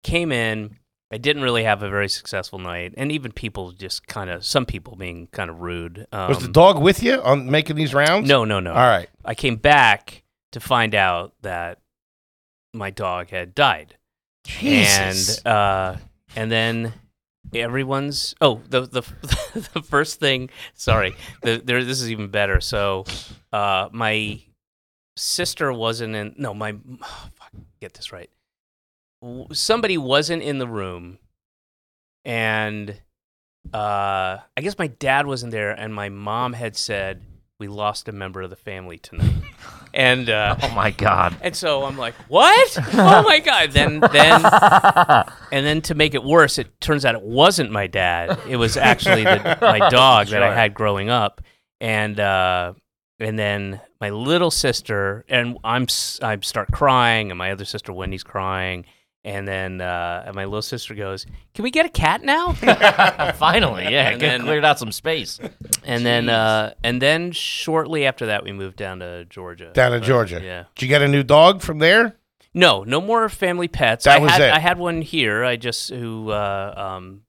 Speaker 5: came in. I didn't really have a very successful night, and even people just kind of some people being kind of rude. Um,
Speaker 1: Was the dog with you on making these rounds?
Speaker 5: no, no, no.
Speaker 1: All right.
Speaker 5: I came back to find out that my dog had died.
Speaker 1: Jesus.
Speaker 5: And uh, and then everyone's oh the the the first thing sorry the, there this is even better so uh my sister wasn't in no my fuck, get this right W- somebody wasn't in the room and uh I guess my dad wasn't there and my mom had said we lost a member of the family tonight and uh
Speaker 6: Oh my God.
Speaker 5: and so I'm like, what? Oh my god! Then then and then to make it worse, it turns out it wasn't my dad. It was actually the, my dog that I had growing up, and uh, and then my little sister and I'm s- I start crying, and my other sister Wendy's crying. And then uh, and my little sister goes, "Can we get a cat now?"
Speaker 6: Finally, yeah,
Speaker 5: And
Speaker 6: good-
Speaker 5: then-
Speaker 6: cleared out some space.
Speaker 5: and then uh, and then shortly after that, we moved down to Georgia.
Speaker 1: Down in Georgia.
Speaker 5: Uh, yeah.
Speaker 1: Did you get a new dog from there?
Speaker 5: No, no more family pets.
Speaker 1: That
Speaker 5: I
Speaker 1: was
Speaker 5: had,
Speaker 1: it.
Speaker 5: I had one here. I just who uh, um,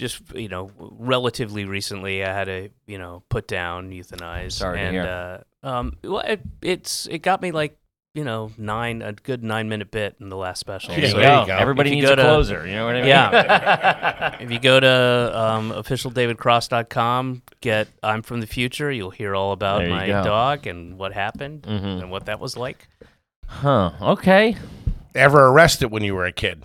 Speaker 5: just you know, relatively recently, I had to you know put down, euthanize.
Speaker 6: Sorry to
Speaker 5: and,
Speaker 6: hear.
Speaker 5: Uh, um, well, it, it's it got me like you know nine a good nine minute bit in the last special.
Speaker 1: There
Speaker 6: There
Speaker 1: you
Speaker 6: you
Speaker 5: So,
Speaker 1: Yeah.
Speaker 6: go.
Speaker 1: go.
Speaker 6: Everybody
Speaker 5: If you
Speaker 6: needs
Speaker 5: go
Speaker 6: a
Speaker 5: to-
Speaker 6: closer. You know what I mean?
Speaker 5: yeah. if you go to um, officialdavidcross.com, get I'm from the future. You'll hear all about
Speaker 6: There you
Speaker 5: my
Speaker 6: go. Mm.
Speaker 5: dog and what happened and what that was like.
Speaker 6: Mm-hmm. Huh. Okay.
Speaker 1: Ever arrested when you were a kid?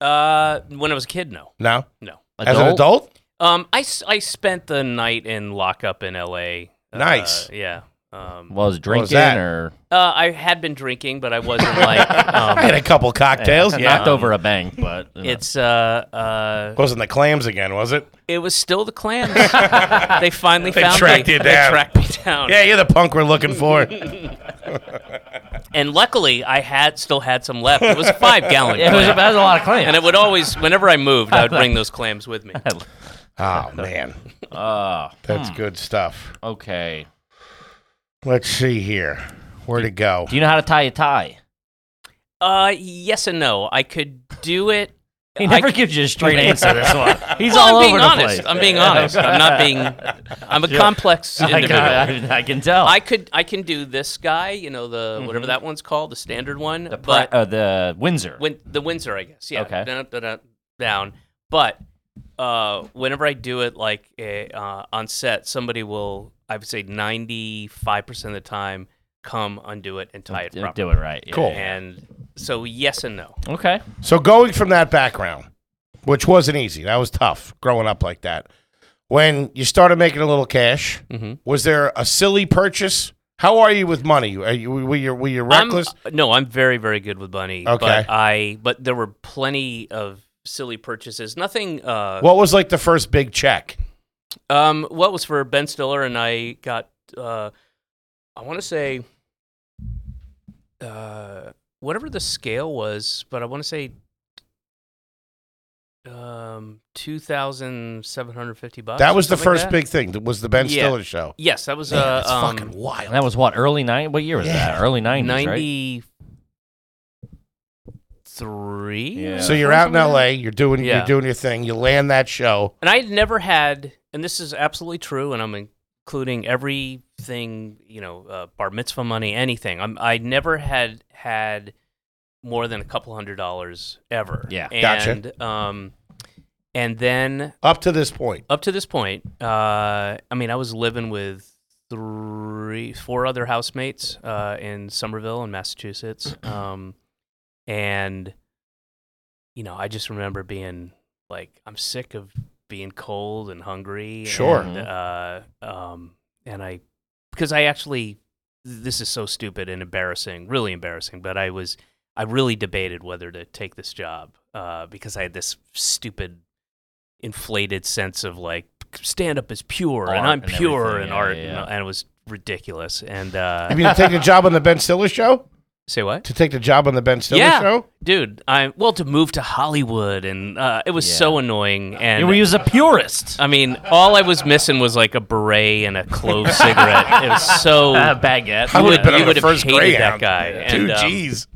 Speaker 5: Uh, when I was a kid, no,
Speaker 1: No.
Speaker 5: no.
Speaker 1: As an adult?
Speaker 5: Um, I, s- I spent the night in lockup in L.A. Uh,
Speaker 1: Nice.
Speaker 5: Yeah. Um,
Speaker 6: Was drinking
Speaker 1: that?
Speaker 6: or
Speaker 5: uh, I had been drinking, but I wasn't like. Um,
Speaker 1: I had a couple cocktails.
Speaker 5: Yeah.
Speaker 6: knocked over a bank, but you know.
Speaker 5: It's uh uh,
Speaker 1: Wasn't the clams again, was it?
Speaker 5: it was still the clams. they finally found
Speaker 1: tracked
Speaker 5: me.
Speaker 1: you down.
Speaker 5: They tracked me down.
Speaker 1: Yeah, you're the punk we're looking for.
Speaker 5: And luckily, I had still had some left. It was a five gallon.
Speaker 6: Yeah, it was,
Speaker 5: clam.
Speaker 6: that was a lot of claims.
Speaker 5: and I would always, whenever I moved, I would bring those clams with me.
Speaker 1: oh man,
Speaker 6: Oh,
Speaker 1: that's
Speaker 5: Hmm.
Speaker 1: good stuff.
Speaker 6: okay.
Speaker 1: Let's see here. Where to go?
Speaker 6: Do you know how to tie a tie?
Speaker 5: Uh, yes and no. I could do it.
Speaker 6: He never
Speaker 5: I-
Speaker 6: gives you a straight answer. This one. He's
Speaker 5: Well,
Speaker 6: all over
Speaker 5: I'm being
Speaker 6: the
Speaker 5: honest.
Speaker 6: place.
Speaker 5: I'm being honest. I'm not being. I'm a complex
Speaker 6: I,
Speaker 5: individual.
Speaker 6: got- I, I can tell.
Speaker 5: I could I can do this guy, you know, the whatever that one's called, the standard one,
Speaker 6: Mm-hmm. the, pri-
Speaker 5: but
Speaker 6: uh, the Windsor.
Speaker 5: when the Windsor, I guess, yeah,
Speaker 6: Okay.
Speaker 5: dun- dun- dun- down. But uh, whenever I do it, like eh, uh, on set, somebody will, I would say, ninety five percent of the time, come undo it and tie it
Speaker 6: do,
Speaker 5: properly.
Speaker 6: do it right. yeah.
Speaker 1: Cool.
Speaker 5: And so yes and no.
Speaker 6: Okay.
Speaker 1: So going from that background, which wasn't easy, that was tough growing up like that. When you started making a little cash,
Speaker 5: Mhm.
Speaker 1: was there a silly purchase? How are you with money? Are you were you were you
Speaker 5: I'm- uh,
Speaker 1: reckless?
Speaker 5: no, I'm very, very good with money.
Speaker 1: Okay.
Speaker 5: But I but there were plenty of silly purchases. Nothing uh
Speaker 1: what was like the first big check?
Speaker 5: Um, what was for Ben Stiller and I got uh, I want to say uh, whatever the scale was, but I want to say um, two thousand seven hundred fifty bucks.
Speaker 1: that
Speaker 5: or
Speaker 1: was the
Speaker 5: Oh, something like
Speaker 1: first
Speaker 5: that.
Speaker 1: big thing. That was the Ben
Speaker 5: Yeah.
Speaker 1: Stiller show.
Speaker 5: Yes, that was
Speaker 1: Man,
Speaker 5: uh,
Speaker 1: that's
Speaker 5: um,
Speaker 1: fucking wild.
Speaker 6: And that was what early nine. What year was that? Early nineties, right?
Speaker 5: ninety-three.
Speaker 6: Yeah.
Speaker 1: So you're out in L.A. You're doing
Speaker 5: Yeah.
Speaker 1: you're doing your thing. You land that show.
Speaker 5: and I had never had, and this is absolutely true, and I'm including everything, you know, uh, bar mitzvah money, anything. I'm, I never had had more than a couple hundred dollars ever.
Speaker 6: Yeah.
Speaker 1: Gotcha.
Speaker 5: and, gotcha. Um, and then
Speaker 1: Up to this point,
Speaker 5: up to this point, uh, I mean, I was living with three, four other housemates uh, in Somerville, in Massachusetts, um, and you know, I just remember being like, I'm sick of being cold and hungry.
Speaker 1: Sure.
Speaker 5: And, uh, um, and I, because I actually, this is so stupid and embarrassing, really embarrassing, but I was. I really debated whether to take this job uh, because I had this stupid inflated sense of like stand up is pure
Speaker 6: Art
Speaker 5: and I'm
Speaker 6: and
Speaker 5: pure
Speaker 6: everything,
Speaker 5: and
Speaker 6: yeah,
Speaker 5: art
Speaker 6: yeah, yeah.
Speaker 5: And, and it was ridiculous and uh
Speaker 1: you mean to take a job on the Ben Stiller show?
Speaker 5: Say what?
Speaker 1: to take the job on the Ben Stiller
Speaker 5: yeah,
Speaker 1: show?
Speaker 5: dude. I well to move to Hollywood, and uh, it was so annoying. And
Speaker 6: He was a purist.
Speaker 5: I mean, all I was missing was like a beret and a clove cigarette. It was so
Speaker 6: A baguette.
Speaker 5: you
Speaker 1: would've
Speaker 5: would,
Speaker 1: been on
Speaker 5: you
Speaker 1: the
Speaker 5: would have
Speaker 1: first
Speaker 5: hated
Speaker 1: Greyhound.
Speaker 5: that guy. And,
Speaker 1: Dude,
Speaker 5: um,
Speaker 1: jeez.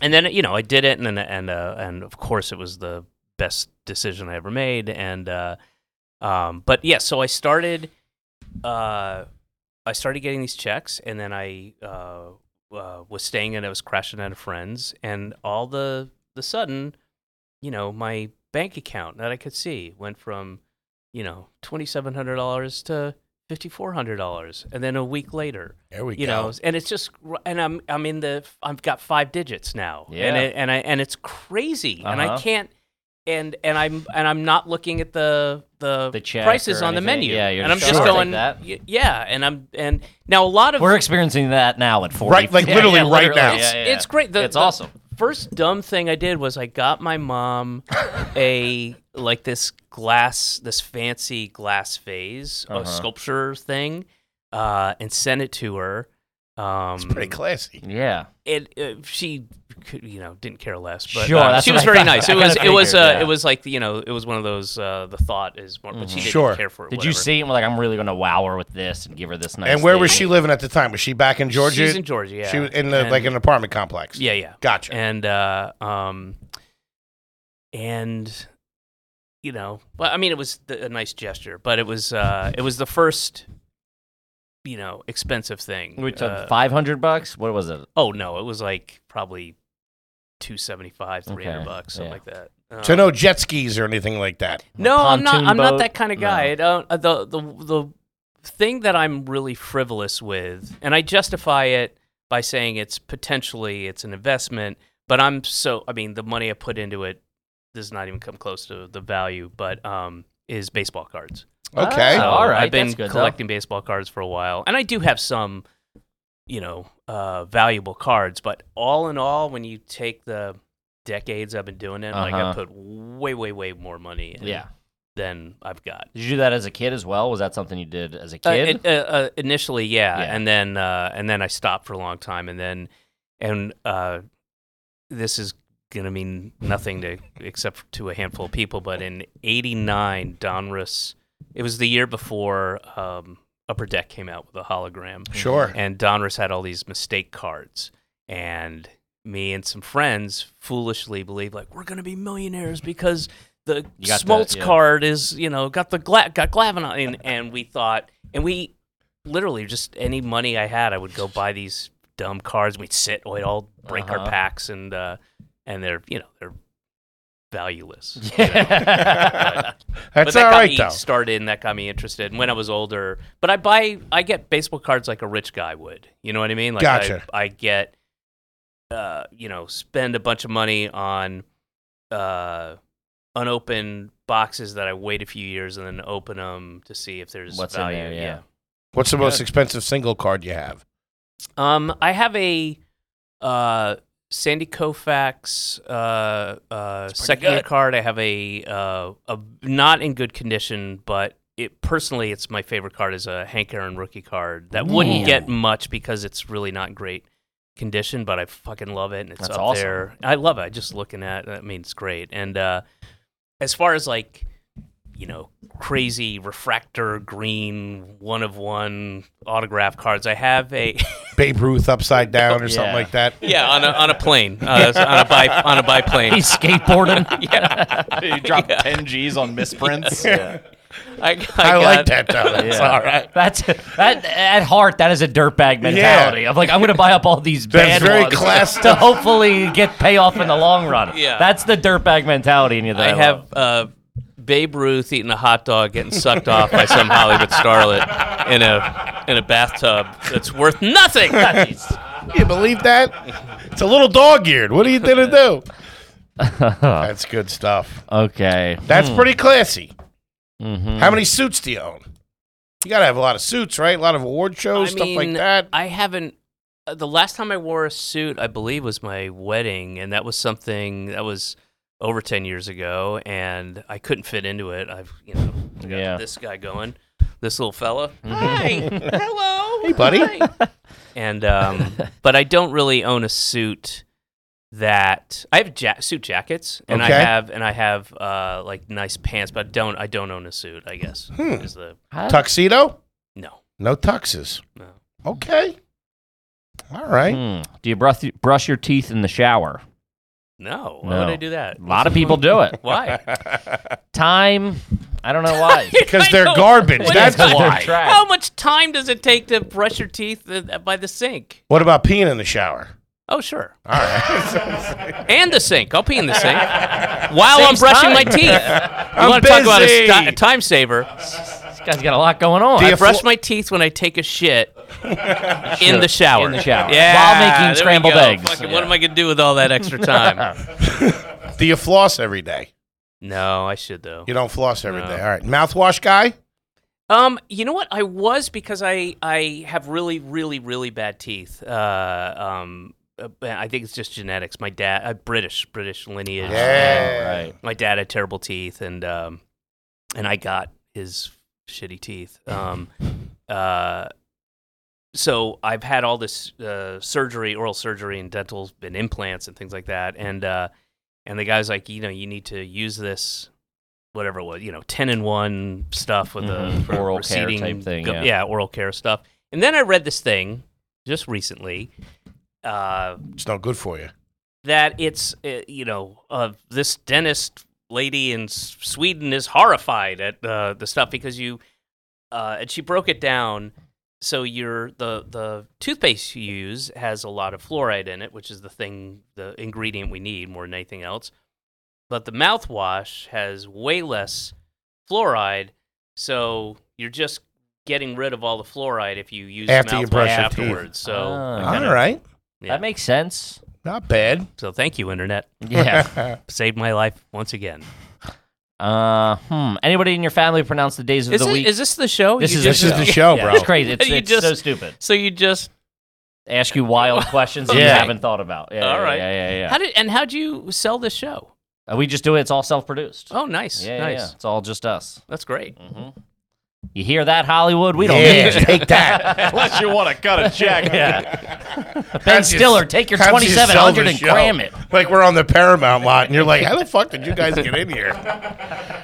Speaker 5: and then you know I did it, and then and uh, and of course it was the best decision I ever made. And uh, um, but yeah, so I started, uh, I started getting these checks, and then I uh, uh, was staying and I was crashing at a friend's, and all the the sudden, you know, my bank account that I could see went from, you know, twenty seven hundred dollars to fifty four hundred dollars, and then a week later,
Speaker 1: There we
Speaker 5: you know, and it's just, and I'm I'm in the I've got five digits now,
Speaker 6: Yeah.
Speaker 5: and it, and I and it's crazy, and I
Speaker 6: Uh-huh.
Speaker 5: can't, and and I'm and I'm not looking at the the,
Speaker 6: The check
Speaker 5: prices
Speaker 6: or
Speaker 5: on the
Speaker 6: anything.
Speaker 5: menu,
Speaker 6: Yeah, you're
Speaker 5: and I'm
Speaker 6: just
Speaker 5: just
Speaker 6: sure.
Speaker 5: going,
Speaker 6: Like that.
Speaker 5: y- yeah, and I'm and now a lot of
Speaker 6: We're experiencing that now at 40.
Speaker 1: Right, like, literally right now.
Speaker 6: Yeah, yeah, yeah.
Speaker 5: it's great. The,
Speaker 6: it's
Speaker 5: the
Speaker 6: awesome.
Speaker 5: First dumb thing I did was I got my mom a like this glass, this fancy glass vase,
Speaker 6: Uh-huh.
Speaker 5: a sculpture thing, uh, and sent it to her. Um,
Speaker 1: pretty classy.
Speaker 6: Yeah.
Speaker 5: it, uh, she could, you know didn't care less but
Speaker 6: Sure,
Speaker 5: uh,
Speaker 6: that's
Speaker 5: she
Speaker 6: what
Speaker 5: was
Speaker 6: I
Speaker 5: very
Speaker 6: thought.
Speaker 5: nice
Speaker 6: I
Speaker 5: it was
Speaker 6: kinda
Speaker 5: it was uh,
Speaker 6: figured, yeah.
Speaker 5: it was like you know it was one of those uh, the thought is more but she didn't
Speaker 1: Sure.
Speaker 5: care for it
Speaker 6: Did
Speaker 5: whatever.
Speaker 6: you see him? Like, I'm really going to wow her with this and give her this nice.
Speaker 1: And where was she
Speaker 6: thing.
Speaker 1: living at the time? Was she back in Georgia?
Speaker 5: She's in Georgia, yeah.
Speaker 1: She was in the, like
Speaker 5: And-
Speaker 1: an apartment complex.
Speaker 5: yeah yeah
Speaker 1: Gotcha.
Speaker 5: and uh um and you know well i mean it was the, a nice gesture but it was uh it was the first you know expensive thing
Speaker 6: We took
Speaker 5: Uh,
Speaker 6: 500 bucks. What was it?
Speaker 5: oh no it was like probably 275 300
Speaker 6: Okay,
Speaker 5: bucks
Speaker 6: yeah.
Speaker 5: something like that
Speaker 1: so
Speaker 5: Um,
Speaker 1: no jet skis or anything like that.
Speaker 5: No, I'm not.
Speaker 6: pontoon
Speaker 5: I'm
Speaker 6: boat?
Speaker 5: not that kind of
Speaker 6: No.
Speaker 5: guy. I don't- uh, the the the thing that I'm really frivolous with, and I justify it by saying it's potentially it's an investment, but I'm so. I mean, the money I put into it does not even come close to the value. But um, is baseball cards.
Speaker 1: Okay.
Speaker 6: Oh,
Speaker 5: So
Speaker 6: all right,
Speaker 5: I've been
Speaker 6: that's good, though.
Speaker 5: collecting baseball cards for a while, and I do have some, you know, uh, valuable cards. But all in all, when you take the decades I've been doing it, like I
Speaker 6: Uh-huh.
Speaker 5: put way, way, way more money. In
Speaker 6: Yeah.
Speaker 5: than I've got.
Speaker 6: Did you do that as a kid as well? Was that something you did as a
Speaker 5: Uh,
Speaker 6: kid?
Speaker 5: it- uh, uh, initially, yeah,
Speaker 6: Yeah.
Speaker 5: and then uh, and then I stopped for a long time, and then and uh, this is gonna mean nothing to except to a handful of people. But in '89, Donruss, it was the year before um, Upper Deck came out with a hologram.
Speaker 1: Sure.
Speaker 5: And Donruss had all these mistake cards. And me and some friends foolishly believed like we're gonna be millionaires because the
Speaker 6: You got the-
Speaker 5: Smoltz
Speaker 6: yeah.
Speaker 5: card is, you know, got the gla- got Glavin on and, and we thought and we literally just any money I had I would go buy these dumb cards. We'd sit, we'd all break our
Speaker 6: Uh-huh.
Speaker 5: packs and uh and they're you know, they're valueless. you know.
Speaker 6: yeah.
Speaker 1: That's
Speaker 5: but that
Speaker 1: all
Speaker 5: got
Speaker 1: right
Speaker 5: me
Speaker 1: though.
Speaker 5: started and that got me interested. And when I was older, but I buy, I get baseball cards like a rich guy would. You know what I mean? Like
Speaker 1: Gotcha.
Speaker 5: I, I get, uh, you know, spend a bunch of money on uh, unopened boxes that I wait a few years and then open them to see if there's
Speaker 6: What's in
Speaker 5: value.
Speaker 6: there, yeah.
Speaker 1: What's the most expensive single card you have?
Speaker 5: Um, I have a uh, Sandy Koufax uh, uh, second year card. I have a uh, a not in good condition, but it personally, it's my favorite card. is a Hank Aaron rookie card that wouldn't get much because it's really not in great condition, but I fucking love it and it's
Speaker 6: That's
Speaker 5: up
Speaker 6: awesome.
Speaker 5: there. I love it. I Just looking at, I mean, it's great. And uh, as far as like you know, crazy refractor green one of one autograph cards. I have a
Speaker 1: Babe Ruth upside down or something
Speaker 6: Yeah.
Speaker 1: like that.
Speaker 5: Oh, yeah on a on a plane uh, on a bi on a biplane.
Speaker 6: He's skateboarding.
Speaker 8: you dropped 10 G's on misprints.
Speaker 5: I, I,
Speaker 1: I like that
Speaker 5: got-
Speaker 1: though. That's all right.
Speaker 6: That's that at heart. That is a dirtbag mentality. I'm like, I'm gonna buy up all these
Speaker 1: That's
Speaker 6: bad
Speaker 1: very
Speaker 6: ones
Speaker 1: classed
Speaker 6: to hopefully get payoff in the long run.
Speaker 5: Yeah.
Speaker 6: that's the dirtbag mentality in you. That
Speaker 5: I have uh, Babe Ruth eating a hot dog, getting sucked off by some Hollywood starlet in a in a bathtub that's worth nothing.
Speaker 1: You believe that? It's a little dog eared. What are you gonna do? That's good stuff.
Speaker 6: love. okay.
Speaker 1: That's
Speaker 5: Hmm.
Speaker 1: pretty classy.
Speaker 2: Mm-hmm.
Speaker 6: Mhm.
Speaker 1: How many suits do you own? You gotta have a lot of suits, right? A lot of award shows, stuff like that.
Speaker 5: I haven't. uh, The last time I wore a suit, I believe, was my wedding, and that was something that was over ten years ago, and I couldn't fit into it. I've you know I got
Speaker 6: Yeah.
Speaker 5: this guy going, this little fella. Hi, hello.
Speaker 1: Mm-hmm. Hey, buddy.
Speaker 5: and um, but I don't really own a suit that I have ja- suit jackets and
Speaker 1: Okay.
Speaker 5: I have and I have uh, like nice pants, but I don't I don't own a suit. I guess
Speaker 1: Hmm.
Speaker 5: is the
Speaker 1: Tuxedo?
Speaker 5: no.
Speaker 1: No tuxes.
Speaker 5: No.
Speaker 1: Okay. All right.
Speaker 2: Hmm. Do you brush, brush your teeth in the shower?
Speaker 5: No, why
Speaker 2: No.
Speaker 5: would I do that?
Speaker 2: A lot of people do it.
Speaker 5: Why?
Speaker 2: Time, I don't know why.
Speaker 1: Because
Speaker 5: I
Speaker 1: they're
Speaker 5: know.
Speaker 1: garbage.
Speaker 5: What
Speaker 1: That's
Speaker 5: is that?
Speaker 1: why.
Speaker 2: Trash.
Speaker 5: How much time does it take to brush your teeth uh, by the sink?
Speaker 1: What about peeing in the shower?
Speaker 5: Oh, sure.
Speaker 1: All right.
Speaker 5: And the sink. I'll pee in the sink while I'm
Speaker 2: Saves
Speaker 5: brushing
Speaker 2: time.
Speaker 5: my teeth. You
Speaker 1: I'm
Speaker 5: want to talk about a,
Speaker 1: busy.
Speaker 5: sti- a time saver?
Speaker 2: This guy's got a lot going on.
Speaker 1: Do
Speaker 5: I
Speaker 1: you
Speaker 5: brush
Speaker 1: fl-
Speaker 5: my teeth when I take a shit in the shower.
Speaker 6: In the shower.
Speaker 5: Yeah.
Speaker 6: While making
Speaker 5: there we
Speaker 6: scrambled
Speaker 5: go.
Speaker 6: eggs.
Speaker 5: Fucking What am I going to do with all that extra time?
Speaker 1: Do you floss every day?
Speaker 5: no, I should, though.
Speaker 1: You don't floss every day.
Speaker 5: No.
Speaker 1: All right. Mouthwash guy?
Speaker 5: Um, you know what? I was because I I have really really really bad teeth. Uh, um, uh, I think it's just genetics. My dad, uh, British British lineage.
Speaker 1: Yeah.
Speaker 6: Right.
Speaker 5: My dad had terrible teeth, and um, and I got his shitty teeth. Um, uh, so I've had all this uh, surgery, oral surgery, and dental and implants and things like that. And uh, and the guy's like, you know, you need to use this, whatever it was, you know, ten and one stuff with
Speaker 6: Mhm.
Speaker 5: the for
Speaker 6: Oral care type
Speaker 5: receding
Speaker 6: thing,
Speaker 5: gu-
Speaker 6: yeah.
Speaker 5: oral care stuff. And then I read this thing just recently. Uh,
Speaker 1: It's no good for you.
Speaker 5: that it's uh, you know uh, this dentist lady in S- Sweden is horrified at uh, the stuff because you uh, and she broke it down. So your the the toothpaste you use has a lot of fluoride in it, which is the thing the ingredient we need more than anything else. But the mouthwash has way less fluoride, so you're just getting rid of all the fluoride if you use
Speaker 1: After you
Speaker 5: mouthwash
Speaker 1: brush your teeth.
Speaker 5: afterwards. So
Speaker 6: Ah.
Speaker 5: I kinda-
Speaker 1: All right.
Speaker 5: yeah.
Speaker 2: That makes sense.
Speaker 1: Not bad.
Speaker 5: so thank you, internet
Speaker 2: Yeah.
Speaker 5: saved my life once again.
Speaker 2: uh, hmm. Anybody in your family pronounce the days of
Speaker 5: Is,
Speaker 2: the
Speaker 5: it-
Speaker 2: week?
Speaker 5: is this the show?
Speaker 2: This
Speaker 5: You
Speaker 2: is
Speaker 1: this is
Speaker 5: just-
Speaker 1: the show, bro.
Speaker 2: it's crazy. It's,
Speaker 5: You
Speaker 2: it's
Speaker 5: just-
Speaker 2: so stupid.
Speaker 5: So you just
Speaker 2: Ask you wild questions that you
Speaker 1: Yeah.
Speaker 2: haven't thought about. Yeah,
Speaker 5: All
Speaker 2: yeah,
Speaker 5: right.
Speaker 2: Yeah, yeah, yeah.
Speaker 5: how did and how'd you sell this show?
Speaker 2: Uh, we just do it. It's all self-produced.
Speaker 5: Oh, nice,
Speaker 2: yeah, yeah,
Speaker 5: nice.
Speaker 2: yeah. It's all just us.
Speaker 5: That's great.
Speaker 2: You hear that, Hollywood? We don't
Speaker 1: Yeah,
Speaker 2: need you.
Speaker 1: take that.
Speaker 8: Unless you want to cut a check.
Speaker 2: Ben
Speaker 1: you-
Speaker 2: Stiller, take your
Speaker 1: how'd you sell
Speaker 2: 2700
Speaker 1: the
Speaker 2: and
Speaker 1: show?
Speaker 2: cram it.
Speaker 1: Like we're on the Paramount lot, and you're like, how the fuck did you guys get in here?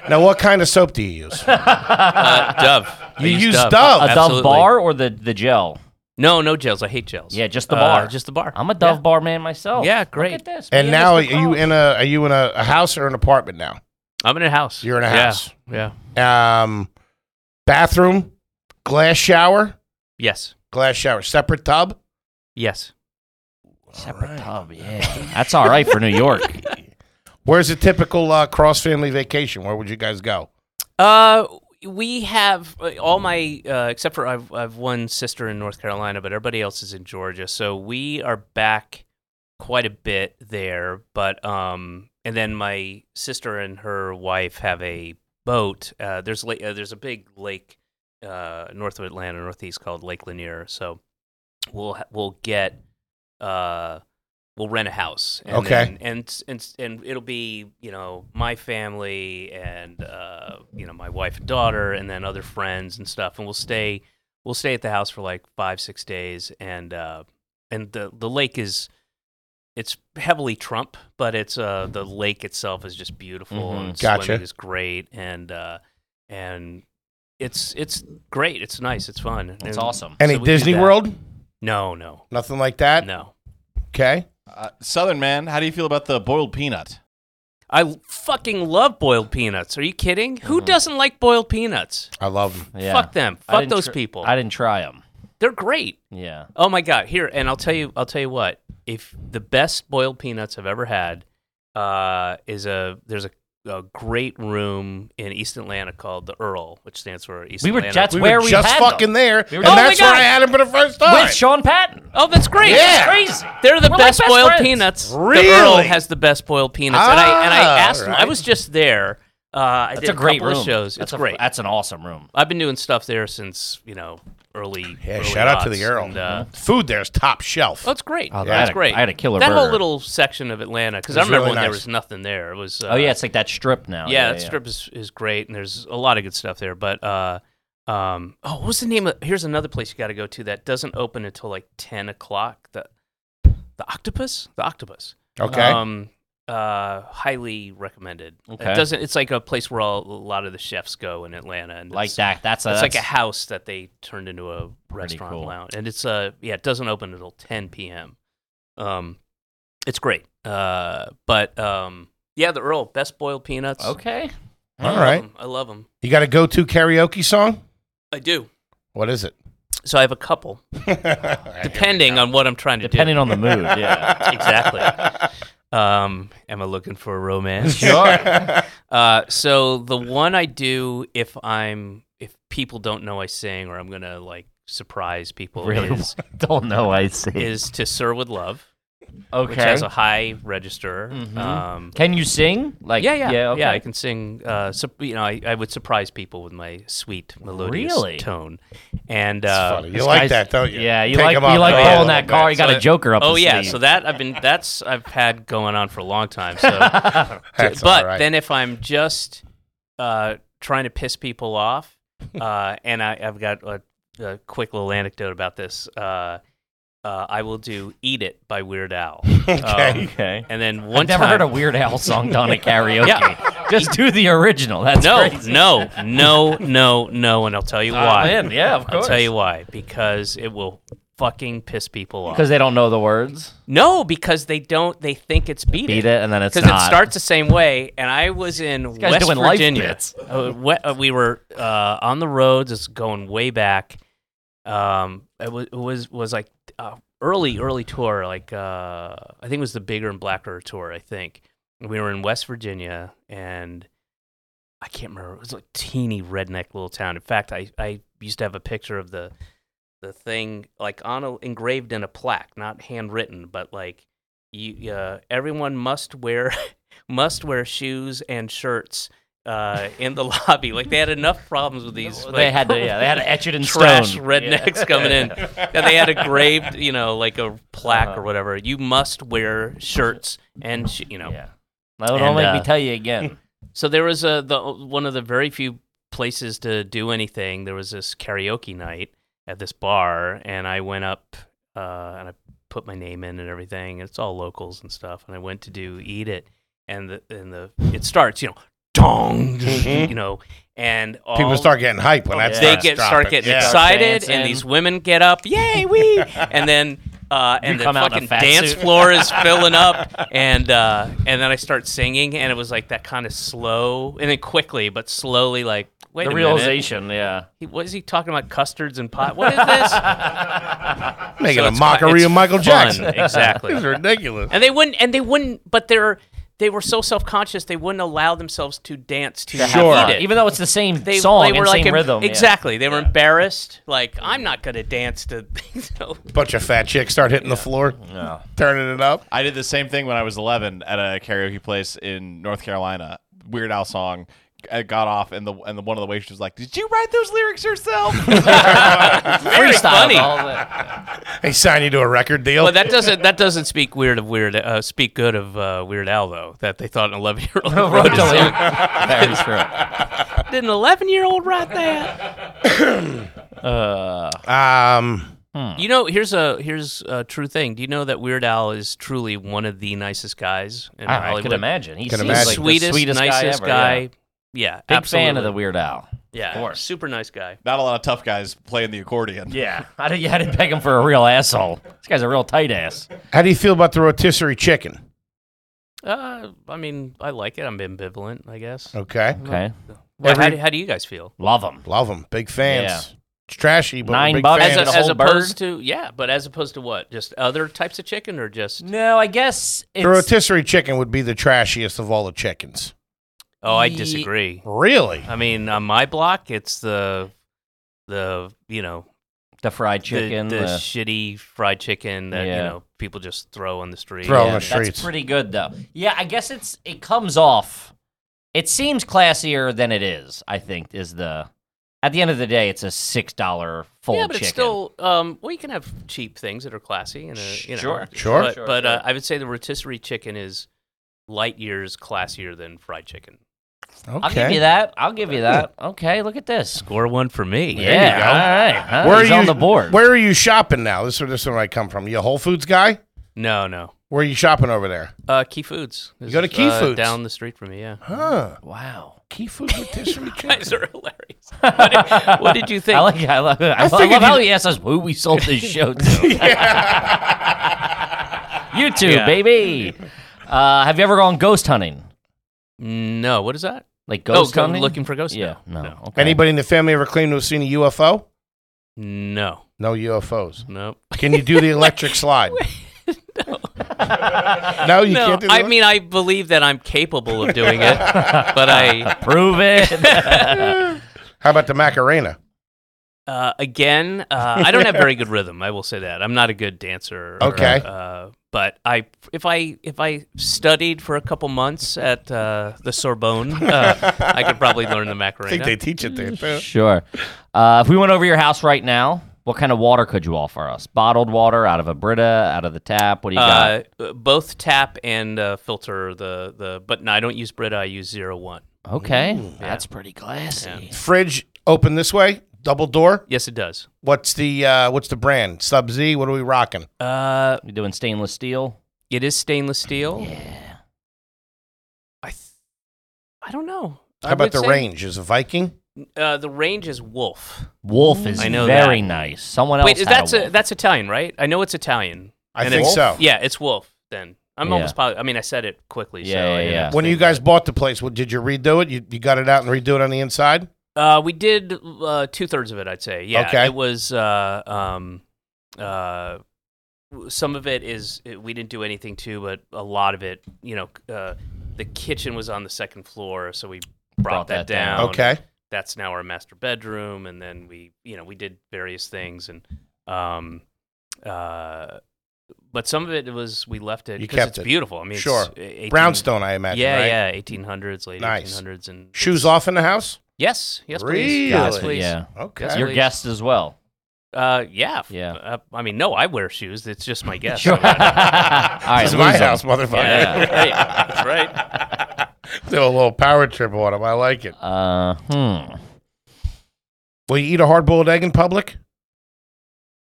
Speaker 1: Now, what kind of soap do you use?
Speaker 5: Uh, Dove. I
Speaker 1: You use Dove.
Speaker 2: A
Speaker 5: Absolutely.
Speaker 2: Dove bar or the, the gel?
Speaker 5: No, no gels. I hate gels.
Speaker 2: Yeah, just the
Speaker 5: Uh,
Speaker 2: bar.
Speaker 5: just the bar.
Speaker 2: I'm a Dove bar man myself.
Speaker 5: Yeah, great.
Speaker 2: Look at this.
Speaker 1: And
Speaker 2: me
Speaker 1: now, are
Speaker 2: Mr.
Speaker 1: you
Speaker 2: Krabs.
Speaker 1: in a are you in a, a house or an apartment now?
Speaker 5: I'm in a house.
Speaker 1: You're in a
Speaker 5: Yeah,
Speaker 1: house.
Speaker 5: Yeah.
Speaker 1: Um, bathroom, glass shower,
Speaker 5: Yes.
Speaker 1: glass shower, separate tub.
Speaker 5: Yes.
Speaker 2: separate tub? Yeah, that's all right for New York.
Speaker 1: Where's a typical uh, cross family vacation? Where would you guys go?
Speaker 5: Uh, we have uh, all my uh, except for I've I've one sister in North Carolina, but everybody else is in Georgia. So we are back quite a bit there. But um, and then my sister and her wife have a boat. Uh, there's la- uh, there's a big lake uh, north of Atlanta, northeast called Lake Lanier. So we'll ha- we'll get uh we'll rent a house. And
Speaker 1: Okay.
Speaker 5: then- and, s- and s- and it'll be you know my family and uh you know my wife and daughter and then other friends and stuff, and we'll stay we'll stay at the house for like five six days and uh and the the lake is. It's heavily Trump, but it's uh the
Speaker 6: Mm-hmm.
Speaker 5: lake itself is just beautiful and
Speaker 1: Gotcha.
Speaker 5: swimming is great and uh and it's it's great. It's nice. It's fun.
Speaker 6: It's
Speaker 5: And-
Speaker 6: awesome.
Speaker 1: Any
Speaker 5: So we do
Speaker 1: Disney
Speaker 5: that.
Speaker 1: World?
Speaker 5: No, no,
Speaker 1: Nothing like that.
Speaker 5: no.
Speaker 1: Okay.
Speaker 8: Uh, Southern man, how do you feel about the boiled peanut?
Speaker 5: I fucking love boiled peanuts. Are you kidding? Who doesn't like boiled peanuts?
Speaker 1: I love them.
Speaker 6: Mm-hmm. Yeah.
Speaker 5: Fuck them.
Speaker 6: I
Speaker 5: Fuck
Speaker 6: didn't
Speaker 5: those
Speaker 6: tr-
Speaker 5: people.
Speaker 6: I didn't try them.
Speaker 5: They're great.
Speaker 6: Yeah.
Speaker 5: Oh my god. Here, and I'll tell you. I'll tell you what. If the best boiled peanuts I've ever had uh, is a there's a, a great room in East Atlanta called the Earl, which stands for East.
Speaker 2: We were
Speaker 5: Atlanta.
Speaker 2: that's
Speaker 1: We
Speaker 2: where
Speaker 1: were
Speaker 2: we
Speaker 1: just
Speaker 2: had
Speaker 1: fucking
Speaker 2: them.
Speaker 1: there,
Speaker 2: We were-
Speaker 1: and
Speaker 2: Oh my
Speaker 1: that's where
Speaker 5: God.
Speaker 1: I had them for the first time.
Speaker 2: with Sean Patton.
Speaker 5: Oh, that's great.
Speaker 1: Yeah.
Speaker 5: That's
Speaker 2: Crazy.
Speaker 5: They're the
Speaker 2: We're like
Speaker 5: best
Speaker 2: best
Speaker 5: boiled
Speaker 2: friends.
Speaker 5: peanuts.
Speaker 1: Really?
Speaker 5: The Earl has the best boiled peanuts. and I and I
Speaker 1: Ah,
Speaker 5: asked him. I
Speaker 1: alright.
Speaker 5: was just there. Uh, I
Speaker 6: That's
Speaker 5: did
Speaker 6: a great
Speaker 5: couple of
Speaker 6: room.
Speaker 5: shows.
Speaker 6: That's
Speaker 5: it's
Speaker 6: a-
Speaker 5: great.
Speaker 6: That's an awesome room.
Speaker 5: I've been doing stuff there since you know early.
Speaker 1: Yeah,
Speaker 5: early
Speaker 1: shout out to
Speaker 5: aughts,
Speaker 1: the Earl. Uh-huh.
Speaker 5: and, uh,
Speaker 1: Food there's top shelf.
Speaker 5: Oh, it's great.
Speaker 6: Oh,
Speaker 5: that's
Speaker 6: that-
Speaker 5: great.
Speaker 6: I had a killer
Speaker 5: That whole
Speaker 6: burger.
Speaker 5: little section of Atlanta because
Speaker 1: It
Speaker 5: I
Speaker 1: was
Speaker 5: remember
Speaker 1: really
Speaker 5: when there
Speaker 1: nice.
Speaker 5: was nothing there. It was. Uh,
Speaker 6: Oh yeah, it's like that strip now.
Speaker 5: yeah, that strip is, is great, and there's a lot of good stuff there. But uh, Um, oh, what's the name of? Here's another place you got to go to that doesn't open until like ten o'clock. The the octopus, the octopus.
Speaker 1: Okay.
Speaker 5: Um, uh, highly recommended.
Speaker 6: Okay.
Speaker 5: It doesn't. It's like a place where all, a lot of the chefs go in Atlanta, and
Speaker 6: like
Speaker 5: it's,
Speaker 6: that. That's a,
Speaker 5: It's like a
Speaker 6: that's-
Speaker 5: house that they turned into a restaurant
Speaker 6: cool.
Speaker 5: lounge, and it's uh yeah, it doesn't open until 10 p.m. Um, it's great. Uh, but um, yeah, the Earl best boiled peanuts.
Speaker 6: okay.
Speaker 5: I
Speaker 1: All
Speaker 5: love
Speaker 1: right.
Speaker 5: 'em. I love them.
Speaker 1: You got a go to karaoke song?
Speaker 5: I do.
Speaker 1: What is it?
Speaker 5: So I have a couple, depending on what I'm trying to
Speaker 6: Depending on the mood, yeah.
Speaker 5: do. exactly. Um, am I looking for a romance? Sure. uh, so the one I do if I'm if people don't know I sing or I'm gonna like surprise people
Speaker 6: Really?
Speaker 5: is
Speaker 6: Don't know. Oh, I see.
Speaker 5: is to Sir with Love, which
Speaker 6: Okay.
Speaker 5: has a high register. Um,
Speaker 6: Can you sing? Like
Speaker 5: yeah, yeah,
Speaker 6: yeah. Okay.
Speaker 5: I can sing. Uh, sup- you know, I, I would surprise people with my sweet melodious
Speaker 6: Really?
Speaker 5: tone, and uh,
Speaker 1: Funny. You like
Speaker 6: guy's-
Speaker 1: that, don't you?
Speaker 6: yeah, you
Speaker 1: Take Oh,
Speaker 6: like you
Speaker 1: 'em off
Speaker 6: like
Speaker 1: the hook a
Speaker 6: pulling
Speaker 1: little
Speaker 6: that car.
Speaker 1: bit.
Speaker 6: You got a joker up.
Speaker 5: Oh
Speaker 6: the
Speaker 5: yeah,
Speaker 6: sleeve.
Speaker 5: so that I've been that's I've had going on for a long time. So,
Speaker 1: That's
Speaker 5: but
Speaker 1: all right.
Speaker 5: then if I'm just uh, trying to piss people off, uh, and I, I've got a, a quick little anecdote about this. Uh, uh, I will do "Eat It" by Weird Al. Um,
Speaker 6: okay.
Speaker 5: and then one
Speaker 6: I've never
Speaker 5: time,
Speaker 6: heard a Weird Al song done at karaoke.
Speaker 5: Yeah.
Speaker 6: Just do the original. That's
Speaker 5: no,
Speaker 6: crazy. Oh,
Speaker 5: no, no, no, no, and I'll tell you why.
Speaker 6: man, yeah, of
Speaker 5: I'll tell
Speaker 6: course.
Speaker 5: you why because it will fucking piss people off.
Speaker 6: because they don't know the words.
Speaker 5: no, because they don't. They think it's beat,
Speaker 6: Beat it, and then it's
Speaker 5: because it
Speaker 6: not.
Speaker 5: starts the same way. And I was in
Speaker 6: guy's
Speaker 5: West
Speaker 6: doing life
Speaker 5: Virginia.
Speaker 6: bits.
Speaker 5: Uh, we, uh, we were uh, on the roads. It's going way back. Um, it was it was, was like uh, early early tour. Like uh, I think it was the bigger and blacker tour. I think we were in West Virginia, and I can't remember. It was like teeny redneck little town. In fact, I I used to have a picture of the the thing like on a, engraved in a plaque, not handwritten, but like you uh, everyone must wear must wear shoes and shirts uh, in the lobby. Like they had enough problems with these.
Speaker 6: they
Speaker 5: like,
Speaker 6: had to. Yeah, they had to etch it in
Speaker 5: trash
Speaker 6: stone.
Speaker 5: rednecks coming in. And they had a engraved, you know, like a plaque
Speaker 6: Uh-huh.
Speaker 5: or whatever. You must wear shirts and sh- you know.
Speaker 6: Yeah. No, don't
Speaker 5: And,
Speaker 6: make
Speaker 5: uh,
Speaker 6: me tell you again.
Speaker 5: So there was a the one of the very few places to do anything. There was this karaoke night at this bar, and I went up uh, and I put my name in and everything. And it's all locals and stuff. And I went to do "Eat It," and the and the it starts, you know, dong, you know, and all,
Speaker 1: Mm-hmm. People start getting hype when that
Speaker 5: Oh, they
Speaker 1: starts
Speaker 5: get
Speaker 1: dropping.
Speaker 5: start getting
Speaker 1: Yeah.
Speaker 5: excited,
Speaker 6: Dancing.
Speaker 5: and these women get up, yay, we, and then uh, and the
Speaker 6: come out in a
Speaker 5: fucking
Speaker 6: fat
Speaker 5: dance
Speaker 6: suit.
Speaker 5: floor is filling up, and uh, and then I start singing, and it was like that kind of slow, and then quickly but slowly, like wait
Speaker 6: the
Speaker 5: a
Speaker 6: realization. Yeah.
Speaker 5: minute, he, what is he talking about? Custards and pot? What is this?
Speaker 1: Making
Speaker 5: So
Speaker 1: a
Speaker 5: it's fi-
Speaker 1: mockery
Speaker 5: it's
Speaker 1: of Michael
Speaker 5: fun,
Speaker 1: Jackson.
Speaker 5: exactly.
Speaker 1: It's ridiculous.
Speaker 5: And they wouldn't, and they wouldn't, but they're they were so self conscious they wouldn't allow themselves to dance to
Speaker 1: Sure.
Speaker 5: Eat It
Speaker 6: Even though it's the same
Speaker 5: they,
Speaker 6: song
Speaker 5: they
Speaker 6: and
Speaker 5: were like
Speaker 6: same
Speaker 5: em-
Speaker 6: rhythm. yeah.
Speaker 5: Exactly. They were embarrassed. Like, I'm not going to dance to. so,
Speaker 1: bunch of fat chicks start hitting the floor, turning it up.
Speaker 8: I did the same thing when I was 11 at a karaoke place in North Carolina. Weird Al song. I got off, and the and the one of the waitresses was like, "Did you write those lyrics yourself?"
Speaker 5: very funny.
Speaker 1: They sign you to a record deal.
Speaker 5: But that doesn't that doesn't speak weird of weird uh, speak good of uh, Weird Al though that they thought an 11 year
Speaker 6: Oh,
Speaker 5: old wrote a song.
Speaker 6: Very true.
Speaker 5: Did an 11 year old write that?
Speaker 1: um,
Speaker 6: Hmm.
Speaker 5: You know, here's a here's a true thing. Do you know that Weird Al is truly one of the nicest guys in
Speaker 6: Ah, I,
Speaker 5: Hollywood?
Speaker 6: could imagine. He
Speaker 1: Can
Speaker 6: seems
Speaker 1: imagine.
Speaker 6: like
Speaker 5: Sweetest,
Speaker 6: the sweetest
Speaker 5: nicest
Speaker 6: guy. Ever,
Speaker 5: guy.
Speaker 6: yeah.
Speaker 5: Yeah,
Speaker 6: Big
Speaker 5: absolutely.
Speaker 6: fan of the Weird Al.
Speaker 5: yeah,
Speaker 6: course.
Speaker 5: super nice guy.
Speaker 8: Not a lot of tough guys playing the accordion.
Speaker 6: Yeah, I didn't, I didn't peg him for a real asshole. This guy's a real tight ass.
Speaker 1: how do you feel about the rotisserie chicken?
Speaker 5: Uh, I mean, I like it. I'm ambivalent, I guess.
Speaker 1: Okay,
Speaker 6: Okay,
Speaker 5: Well, how,
Speaker 1: Uh, Every-
Speaker 5: do, how do you guys feel?
Speaker 6: love him.
Speaker 1: love them, big fans. It's trashy, but we're
Speaker 6: Nine
Speaker 1: big
Speaker 6: bucks
Speaker 5: As,
Speaker 1: fans.
Speaker 5: a,
Speaker 6: the
Speaker 5: as
Speaker 6: whole
Speaker 5: opposed to yeah, but as opposed to what? Just other types of chicken or just?
Speaker 6: No, I guess it's
Speaker 1: the rotisserie chicken would be the trashiest of all the chickens.
Speaker 5: Oh, I
Speaker 6: Ye-
Speaker 5: disagree.
Speaker 1: Really?
Speaker 5: I mean, on my block, it's the the you know
Speaker 6: the fried
Speaker 5: the-
Speaker 6: chicken.
Speaker 5: the,
Speaker 6: the-
Speaker 5: shitty fried chicken that you
Speaker 6: Yeah.
Speaker 5: know people just throw on the street.
Speaker 1: Throw on
Speaker 5: Yeah.
Speaker 1: the street.
Speaker 6: that's pretty good though. Yeah, I guess it's it comes off. It seems classier than it is. I think is the. At the end of the day, it's a six dollar full
Speaker 5: Yeah, but
Speaker 6: chicken.
Speaker 5: it's still um, well, you can have cheap things that are classy and uh, you know,
Speaker 6: Sure.
Speaker 1: Sure.
Speaker 5: But, but uh, I would say the rotisserie chicken is light years classier than fried chicken.
Speaker 1: Okay.
Speaker 6: I'll give you that. I'll give you that. Okay, look at this.
Speaker 5: Score one for me.
Speaker 6: yeah, all right. Huh?
Speaker 1: Where
Speaker 6: He's
Speaker 1: are you,
Speaker 6: on the board.
Speaker 1: Where are you shopping now? This is this is where I come from. You a Whole Foods guy?
Speaker 5: No, no.
Speaker 1: Where are you shopping over there?
Speaker 5: Uh, Key Foods.
Speaker 1: You go to Key
Speaker 5: uh,
Speaker 1: Foods.
Speaker 5: down the street from me. Yeah,
Speaker 1: Huh.
Speaker 6: wow.
Speaker 1: Key food rotisserie chicken.
Speaker 5: guys are hilarious. What did, what did you think?
Speaker 6: I like. I love. I, love- I
Speaker 1: figured
Speaker 6: love how
Speaker 1: you-
Speaker 6: he asked us who we sold this show to. you two,
Speaker 5: Yeah.
Speaker 6: baby. Uh, have you ever gone ghost hunting?
Speaker 5: no, what is that?
Speaker 6: Like ghost
Speaker 5: oh, go-
Speaker 6: hunting?
Speaker 5: looking for ghosts?
Speaker 6: yeah. No. Okay.
Speaker 1: Anybody in the family ever claimed to have seen a UFO?
Speaker 5: No,
Speaker 1: No UFOs.
Speaker 5: no.
Speaker 1: Can you do the electric slide? no. you
Speaker 5: no,
Speaker 1: can't do the
Speaker 5: I mean, I believe that I'm capable of doing it, but I
Speaker 6: Prove it.
Speaker 1: How about the Macarena?
Speaker 5: Uh, again, uh, I don't have very good rhythm. I will say that I'm not a good dancer. or,
Speaker 1: Okay.
Speaker 5: uh, but I, if I, if I studied for a couple months at uh, the Sorbonne, uh, I could probably learn the
Speaker 1: I
Speaker 5: Macarena.
Speaker 1: think they teach it there. too.
Speaker 6: sure. Uh, if we went over your house right now, what kind of water could you offer us? Bottled water out of a Brita, out of the tap? What do you got?
Speaker 5: uh, both tap and uh, filter the the. But no, I don't use Brita. I use zero one.
Speaker 6: Okay, that's pretty classy.
Speaker 1: Fridge open this way, double door.
Speaker 5: Yes, it does.
Speaker 1: What's the uh, what's the brand? Sub Z. What are we rocking?
Speaker 5: Uh,
Speaker 6: You doing stainless steel?
Speaker 5: it is stainless steel. I, th- I don't know.
Speaker 1: How
Speaker 5: I
Speaker 1: about
Speaker 5: would
Speaker 1: the
Speaker 5: say-
Speaker 1: range? Is it Viking?
Speaker 5: Uh, the range is Wolf.
Speaker 6: Wolf is
Speaker 5: I know
Speaker 6: very
Speaker 5: that.
Speaker 6: nice. Someone else.
Speaker 5: Wait, is
Speaker 6: had
Speaker 5: that's
Speaker 6: a, wolf.
Speaker 5: that's Italian, right? I know it's Italian.
Speaker 1: I
Speaker 5: And
Speaker 1: think
Speaker 5: it's-
Speaker 1: so.
Speaker 5: Yeah, it's Wolf. Then I'm
Speaker 6: Yeah.
Speaker 5: almost positive. I mean, I said it quickly.
Speaker 6: Yeah,
Speaker 5: so I
Speaker 6: yeah,
Speaker 5: didn't
Speaker 6: yeah.
Speaker 5: have to
Speaker 1: When you
Speaker 5: think
Speaker 1: guys
Speaker 5: about
Speaker 1: bought the place, what, did you redo it? You, you got it out and redo it on the inside?
Speaker 5: it. uh, we did uh, two thirds of it, I'd say. Yeah,
Speaker 1: Okay.
Speaker 5: it was uh, um, uh, some of it is it, we didn't do anything to, but a lot of it, you know, uh, the kitchen was on the second floor, so we brought, that, down.
Speaker 1: Okay.
Speaker 5: that's now our master bedroom and then we you know we did various things and um uh but some of it was we left it
Speaker 1: You
Speaker 5: because
Speaker 1: kept
Speaker 5: it's
Speaker 1: it.
Speaker 5: beautiful i mean it's
Speaker 1: Sure.
Speaker 5: 18
Speaker 1: Brownstone, I imagine.
Speaker 5: yeah
Speaker 1: right?
Speaker 5: yeah 1800s late
Speaker 1: Nice.
Speaker 5: 1800s and
Speaker 1: Shoes
Speaker 5: it's-
Speaker 1: off in the house?
Speaker 5: yes yes
Speaker 1: Really?
Speaker 5: please yes
Speaker 1: Gotcha,
Speaker 5: please
Speaker 6: Yeah,
Speaker 1: Okay.
Speaker 5: Yes,
Speaker 6: your
Speaker 5: please.
Speaker 6: guest as well.
Speaker 5: uh yeah f-
Speaker 6: Yeah.
Speaker 5: uh, i mean no i wear shoes it's just my guess
Speaker 6: All right,
Speaker 1: this is my
Speaker 6: lose 'em.
Speaker 1: house, motherfucker.
Speaker 5: yeah right that's right
Speaker 1: Do a little power trip on him. I like it.
Speaker 6: Uh, hmm.
Speaker 1: Will you eat a hard boiled egg in public?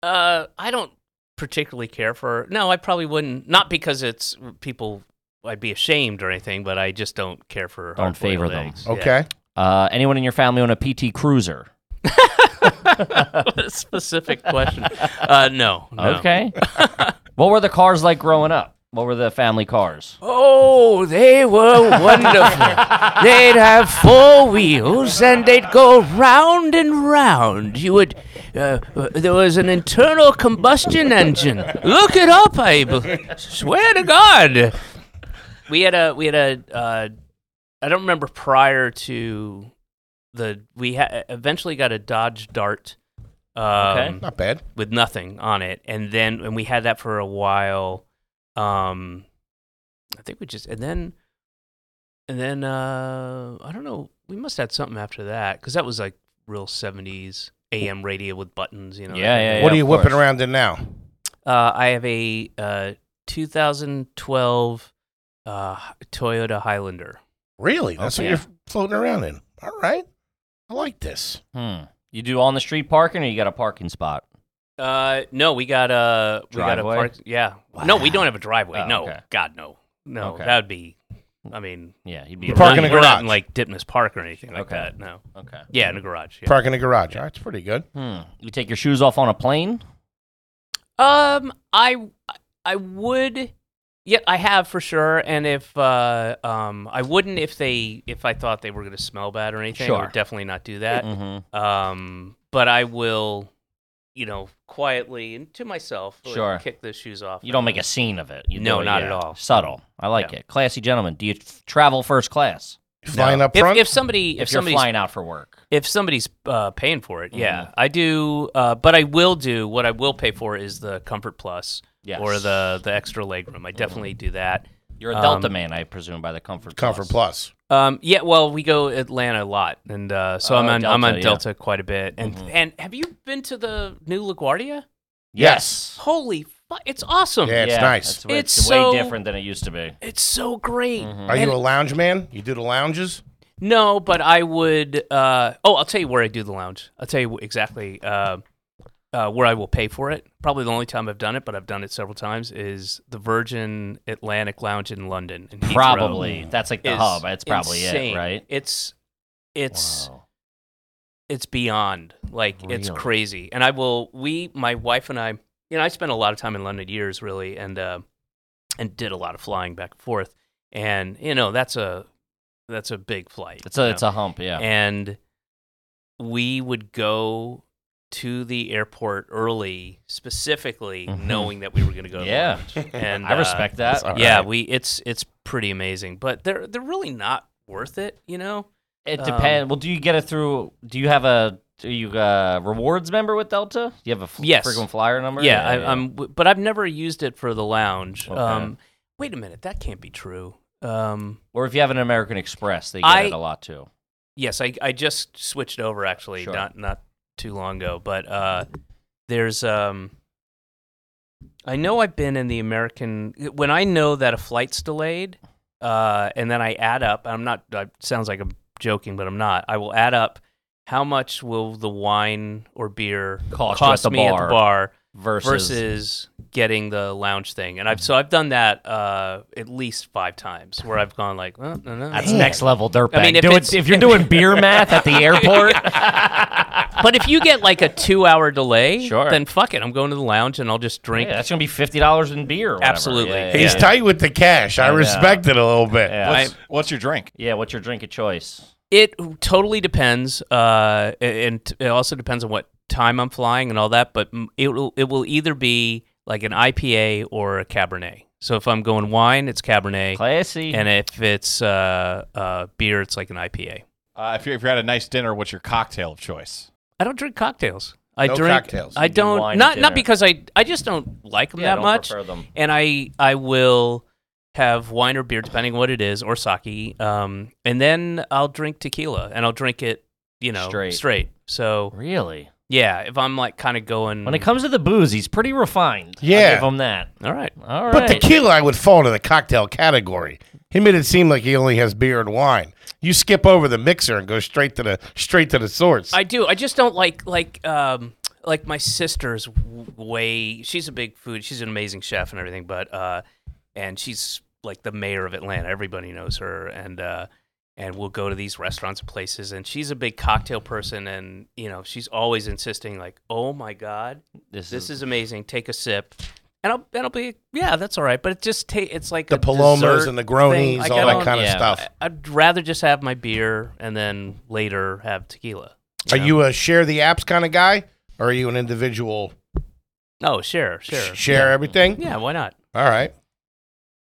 Speaker 5: Uh, I don't particularly care for. No, I probably wouldn't. Not because it's people. I'd be ashamed or anything, but I just don't care for.
Speaker 6: Don't favor
Speaker 5: hard-boiled
Speaker 6: them.
Speaker 5: eggs. Yeah.
Speaker 1: Okay.
Speaker 6: Uh, anyone in your family own a PT Cruiser?
Speaker 5: What a specific question. Uh, no, no.
Speaker 6: Okay. what were the cars like growing up? What were the family cars?
Speaker 5: Oh, they were wonderful. they'd have four wheels and they'd go round and round. You would. Uh, uh, there was an internal combustion engine. Look it up, I b- swear to God. We had a. We had a. Uh, I don't remember prior to the. We ha- eventually got a Dodge Dart. Um,
Speaker 6: Okay.
Speaker 1: Not bad.
Speaker 5: with nothing on it, and then and we had that for a while. Um, I think we just and then and then uh, I don't know. We must have had something after that because that was like real seventies AM radio with buttons. You know. that
Speaker 6: Yeah,
Speaker 5: kind of
Speaker 6: yeah,
Speaker 5: thing.
Speaker 1: what are
Speaker 6: of
Speaker 1: you whipping
Speaker 6: course.
Speaker 1: around in now?
Speaker 5: Uh, I have a uh, 2012 uh, Toyota Highlander.
Speaker 1: Really? That's
Speaker 6: Okay.
Speaker 1: what you're floating around in. All right. I like this.
Speaker 6: Hmm. You do on the street parking, or you got a parking spot?
Speaker 5: Uh, no, we got a we got a
Speaker 6: Driveway?
Speaker 5: park. Yeah. No, we
Speaker 6: Wow.
Speaker 5: don't have a driveway.
Speaker 6: Oh,
Speaker 5: no,
Speaker 6: okay.
Speaker 5: God, no, no.
Speaker 6: Okay.
Speaker 5: That would be. I mean,
Speaker 6: Yeah, you'd be
Speaker 5: We're
Speaker 1: Park in
Speaker 5: not-
Speaker 1: a
Speaker 5: we're not
Speaker 1: garage.
Speaker 5: in like Dipness Park or anything like
Speaker 6: Okay.
Speaker 5: that. No.
Speaker 6: Okay.
Speaker 5: Yeah, in a garage. Yeah.
Speaker 1: Park in the garage. All right. It's pretty good.
Speaker 6: Hmm. You take your shoes off on a plane?
Speaker 5: Um, I I would. Yeah, I have for sure. And if uh, um, I wouldn't if they if I thought they were gonna smell bad or anything, I
Speaker 6: Sure.
Speaker 5: would definitely not do that.
Speaker 6: Mm-hmm.
Speaker 5: Um, but I will, you know, quietly and to myself, like,
Speaker 6: Sure.
Speaker 5: kick the shoes off.
Speaker 6: You don't make a scene of it. You
Speaker 5: No,
Speaker 6: do it,
Speaker 5: not
Speaker 6: yeah.
Speaker 5: at all.
Speaker 6: Subtle. I like it. Classy gentleman. Do you f- travel first class
Speaker 1: You flying up
Speaker 5: If,
Speaker 1: front?
Speaker 5: if somebody if,
Speaker 6: if, you're
Speaker 5: somebody's
Speaker 6: flying out for work?
Speaker 5: if somebody's uh, paying for it,
Speaker 6: Mm-hmm.
Speaker 5: yeah, I do. Uh, but I will do what I will pay for is the Comfort Plus
Speaker 6: Yes. Mm-hmm.
Speaker 5: or the the extra legroom. I definitely do that.
Speaker 6: You're a
Speaker 5: Um,
Speaker 6: Delta man, I presume, by the comfort.
Speaker 1: Comfort Plus.
Speaker 5: Um, yeah, well, we go Atlanta a lot, and uh, so I'm
Speaker 6: Oh,
Speaker 5: on I'm
Speaker 6: Delta,
Speaker 5: on
Speaker 6: yeah. Mm-hmm.
Speaker 5: Delta quite a bit. And and have you been to the new LaGuardia?
Speaker 1: Yes.
Speaker 5: Holy, fu- it's awesome.
Speaker 1: Yeah, it's
Speaker 6: yeah,
Speaker 1: nice.
Speaker 6: It's, way- it's
Speaker 5: It's
Speaker 6: way
Speaker 5: so-
Speaker 6: different than it used to be. Mm-hmm.
Speaker 5: It's so great.
Speaker 1: Are you
Speaker 5: And-
Speaker 1: a lounge man? You do the lounges?
Speaker 5: No, but I would. Uh, oh, I'll tell you where I do the lounge. I'll tell you wh- exactly uh, uh, where I will pay for it. Probably the only time I've done it, but I've done it several times. Is the Virgin Atlantic Lounge in London? In Heathrow
Speaker 6: Probably. That's like the
Speaker 5: is
Speaker 6: hub. That's probably
Speaker 5: insane.
Speaker 6: it, right?
Speaker 5: It's it's
Speaker 6: Wow.
Speaker 5: it's beyond like it's
Speaker 6: Really?
Speaker 5: crazy and i will we my wife and i you know i spent a lot of time in london years really and uh and did a lot of flying back and forth and you know that's a that's a big flight
Speaker 6: It's a it's a hump, yeah.
Speaker 5: and we would go to the airport early specifically
Speaker 6: Mhm.
Speaker 5: knowing that we were going to go to the
Speaker 6: Yeah.
Speaker 5: lounge. uh, and
Speaker 6: I
Speaker 5: uh,
Speaker 6: respect that.
Speaker 5: yeah we it's it's pretty amazing but they're they're really not worth it you know
Speaker 6: It
Speaker 5: Um,
Speaker 6: depends. well, do you get it through? Do you have a are you a rewards member with Delta? Do you have a fl-
Speaker 5: Yes.
Speaker 6: frequent flyer number?
Speaker 5: Yeah, I, I'm, w- but I've never used it for the lounge.
Speaker 6: Okay.
Speaker 5: Um, wait a minute, that can't be true. Um,
Speaker 6: Or if you have an American Express, they get
Speaker 5: I-
Speaker 6: it a lot too.
Speaker 5: yes, I, I just switched over actually,
Speaker 6: Sure.
Speaker 5: not not too long ago. But uh, there's, um, I know I've been in the American when I know that a flight's delayed, uh, and then I add up. I'm not. It sounds like I'm joking, but I'm not. I will add up how much will the wine or beer
Speaker 6: Cost you at
Speaker 5: cost
Speaker 6: the
Speaker 5: me at
Speaker 6: bar.
Speaker 5: the bar
Speaker 6: Versus,
Speaker 5: versus, getting the lounge thing. And I've so I've done that uh, at least five times where I've gone like, oh, no, no.
Speaker 6: that's next level dirtbag.
Speaker 5: I mean, if
Speaker 6: Doing-
Speaker 5: it's-
Speaker 6: if you're doing beer math at the airport,
Speaker 5: but if you get like a two hour delay,
Speaker 6: Sure.
Speaker 5: then fuck it, I'm going to the lounge and I'll just drink.
Speaker 6: yeah, that's gonna be fifty dollars in beer. Or whatever.
Speaker 5: Absolutely.
Speaker 6: Yeah, yeah,
Speaker 1: He's
Speaker 6: yeah.
Speaker 1: tight with the cash. I,
Speaker 6: know.
Speaker 1: respect it a little bit.
Speaker 6: Yeah.
Speaker 8: What's, what's your drink?
Speaker 6: Yeah, what's your drink of choice?
Speaker 5: It totally depends, uh, and t- it also depends on what time I'm flying and all that. But m- it will it will either be like an IPA or a Cabernet. So if I'm going wine, it's Cabernet,
Speaker 6: Classy.
Speaker 5: and if it's uh, uh, beer, it's like an IPA.
Speaker 8: Uh, if, you're, if you're at a nice dinner, what's your cocktail of choice?
Speaker 5: I don't drink cocktails. I
Speaker 1: No
Speaker 5: drink
Speaker 1: cocktails.
Speaker 5: I
Speaker 6: You do wine
Speaker 5: don't
Speaker 6: at
Speaker 5: not not
Speaker 6: dinner.
Speaker 5: because I I just don't like them
Speaker 6: Yeah, I
Speaker 5: that
Speaker 6: don't
Speaker 5: much.
Speaker 6: prefer them.
Speaker 5: And I I will have wine or beer depending on what it is or sake. Um and then I'll drink tequila and I'll drink it, you know,
Speaker 6: Straight.
Speaker 5: So,
Speaker 6: Really,
Speaker 5: yeah, if I'm like kind of going
Speaker 6: when it comes to the booze, he's pretty refined. I'll
Speaker 1: Yeah.
Speaker 6: give him that.
Speaker 5: All right.
Speaker 6: All right.
Speaker 1: But tequila, I would fall into the cocktail category. He made it seem like he only has beer and wine. You skip over the mixer and go straight to the straight to the source.
Speaker 5: I do. I just don't like like um like my sister's w- way. She's a big food. She's an amazing chef and everything, but uh, and she's like the mayor of Atlanta. Everybody knows her, and uh, and we'll go to these restaurants and places. And she's a big cocktail person, and you know she's always insisting like, oh my god,
Speaker 1: Mm-hmm.
Speaker 6: this,
Speaker 5: this is amazing. Take a sip. And I'll, that'll be yeah, that's all right. But it just ta- it's like
Speaker 1: the
Speaker 5: a
Speaker 1: palomas
Speaker 5: dessert
Speaker 1: and the
Speaker 5: thing.
Speaker 1: gronies,
Speaker 5: Like, I
Speaker 1: all that
Speaker 5: don't-
Speaker 1: kind of
Speaker 6: yeah.
Speaker 1: stuff.
Speaker 5: I'd rather just have my beer and then later have tequila.
Speaker 1: Are you a share the apps kind of guy, or are you an individual
Speaker 5: Oh, sure, sure.
Speaker 1: share everything?
Speaker 5: Yeah, why not?
Speaker 1: All right,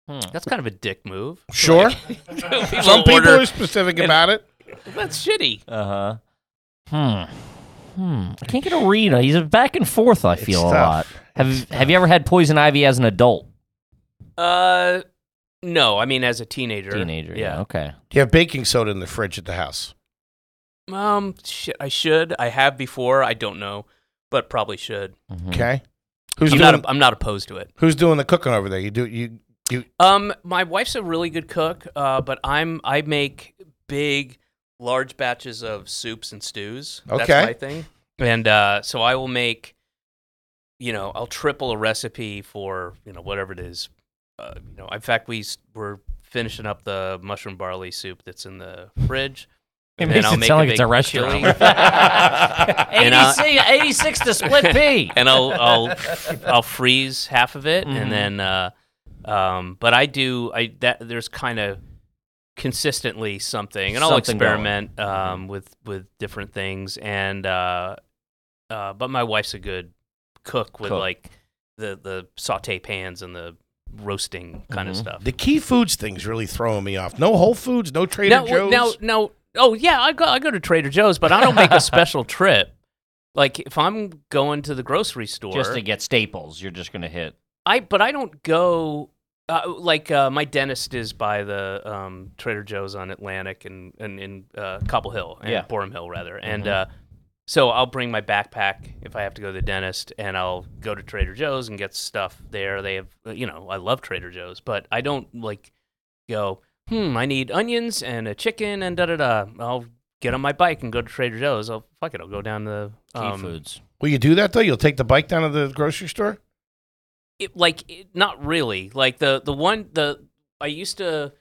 Speaker 6: hmm.
Speaker 5: That's kind of a dick move.
Speaker 1: sure.
Speaker 5: People
Speaker 1: Some people
Speaker 5: order-
Speaker 1: are specific about it.
Speaker 5: that's shitty.
Speaker 6: Uh huh. Hmm. Hmm. I can't get a read. on- He's a back and forth. I feel
Speaker 1: tough.
Speaker 6: a lot. Have Have you ever had poison ivy as an adult
Speaker 5: Uh, no, I mean as a teenager.
Speaker 6: teenager? Okay.
Speaker 1: You have baking soda in the fridge at the house.
Speaker 5: Um, shit, I should. I have before. I don't know, but probably should.
Speaker 6: Mhm.
Speaker 1: Okay, who's
Speaker 5: Mm. I'm
Speaker 1: doing
Speaker 5: not. i I'm not opposed to it.
Speaker 1: who's doing the cooking over there? You do you you
Speaker 5: Um, my wife's a really good cook. Uh, but I'm. I make big, large batches of soups and stews.
Speaker 1: Okay.
Speaker 5: That's my thing. And uh, so I will make. You know, I'll triple a recipe for you know whatever it is. Uh, you know, in fact, we s- we're finishing up the mushroom barley soup that's in the fridge.
Speaker 6: It
Speaker 5: and then
Speaker 6: makes
Speaker 5: I'll
Speaker 6: it
Speaker 5: make
Speaker 6: sound
Speaker 5: a
Speaker 6: like it's a
Speaker 5: big
Speaker 6: restaurant.
Speaker 5: chili.
Speaker 6: 86, 86 to split P.
Speaker 5: and I'll I'll I'll freeze half of it,
Speaker 6: Mhm.
Speaker 5: and then uh, um, but I do I that there's kind of consistently something, and I'll
Speaker 6: Something going.
Speaker 5: experiment um, with with different things, and uh, uh, but my wife's a good cook with
Speaker 6: Cook.
Speaker 5: like the the saute pans and the roasting
Speaker 6: Mm-hmm.
Speaker 5: kind of stuff.
Speaker 1: the key foods things really throwing me off. No Whole Foods, no Trader
Speaker 5: now,
Speaker 1: Joe's.
Speaker 5: now now oh yeah, I go I go to Trader Joe's, but I don't make a special trip. Like if I'm going to the grocery store,
Speaker 6: Just to get staples, you're just gonna hit.
Speaker 5: I but I don't go uh, like uh, my dentist is by the um, Trader Joe's on Atlantic and and in uh, Cobble Hill and
Speaker 6: Yeah. Mm-hmm.
Speaker 5: Borum Hill rather, and uh, so I'll bring my backpack if I have to go to the dentist, and I'll go to Trader Joe's uh, and get stuff there. They have you know I love Trader Joe's, but I don't like go. hmm, I need onions and a chicken and da da da. I'll get on my bike and go to Trader Joe's. I'll fuck it. I'll go down to
Speaker 6: Key
Speaker 5: um,
Speaker 6: foods.
Speaker 1: Will you do that though? You'll take the bike down to the grocery store.
Speaker 5: It, like it, not really. Like the the one the I used to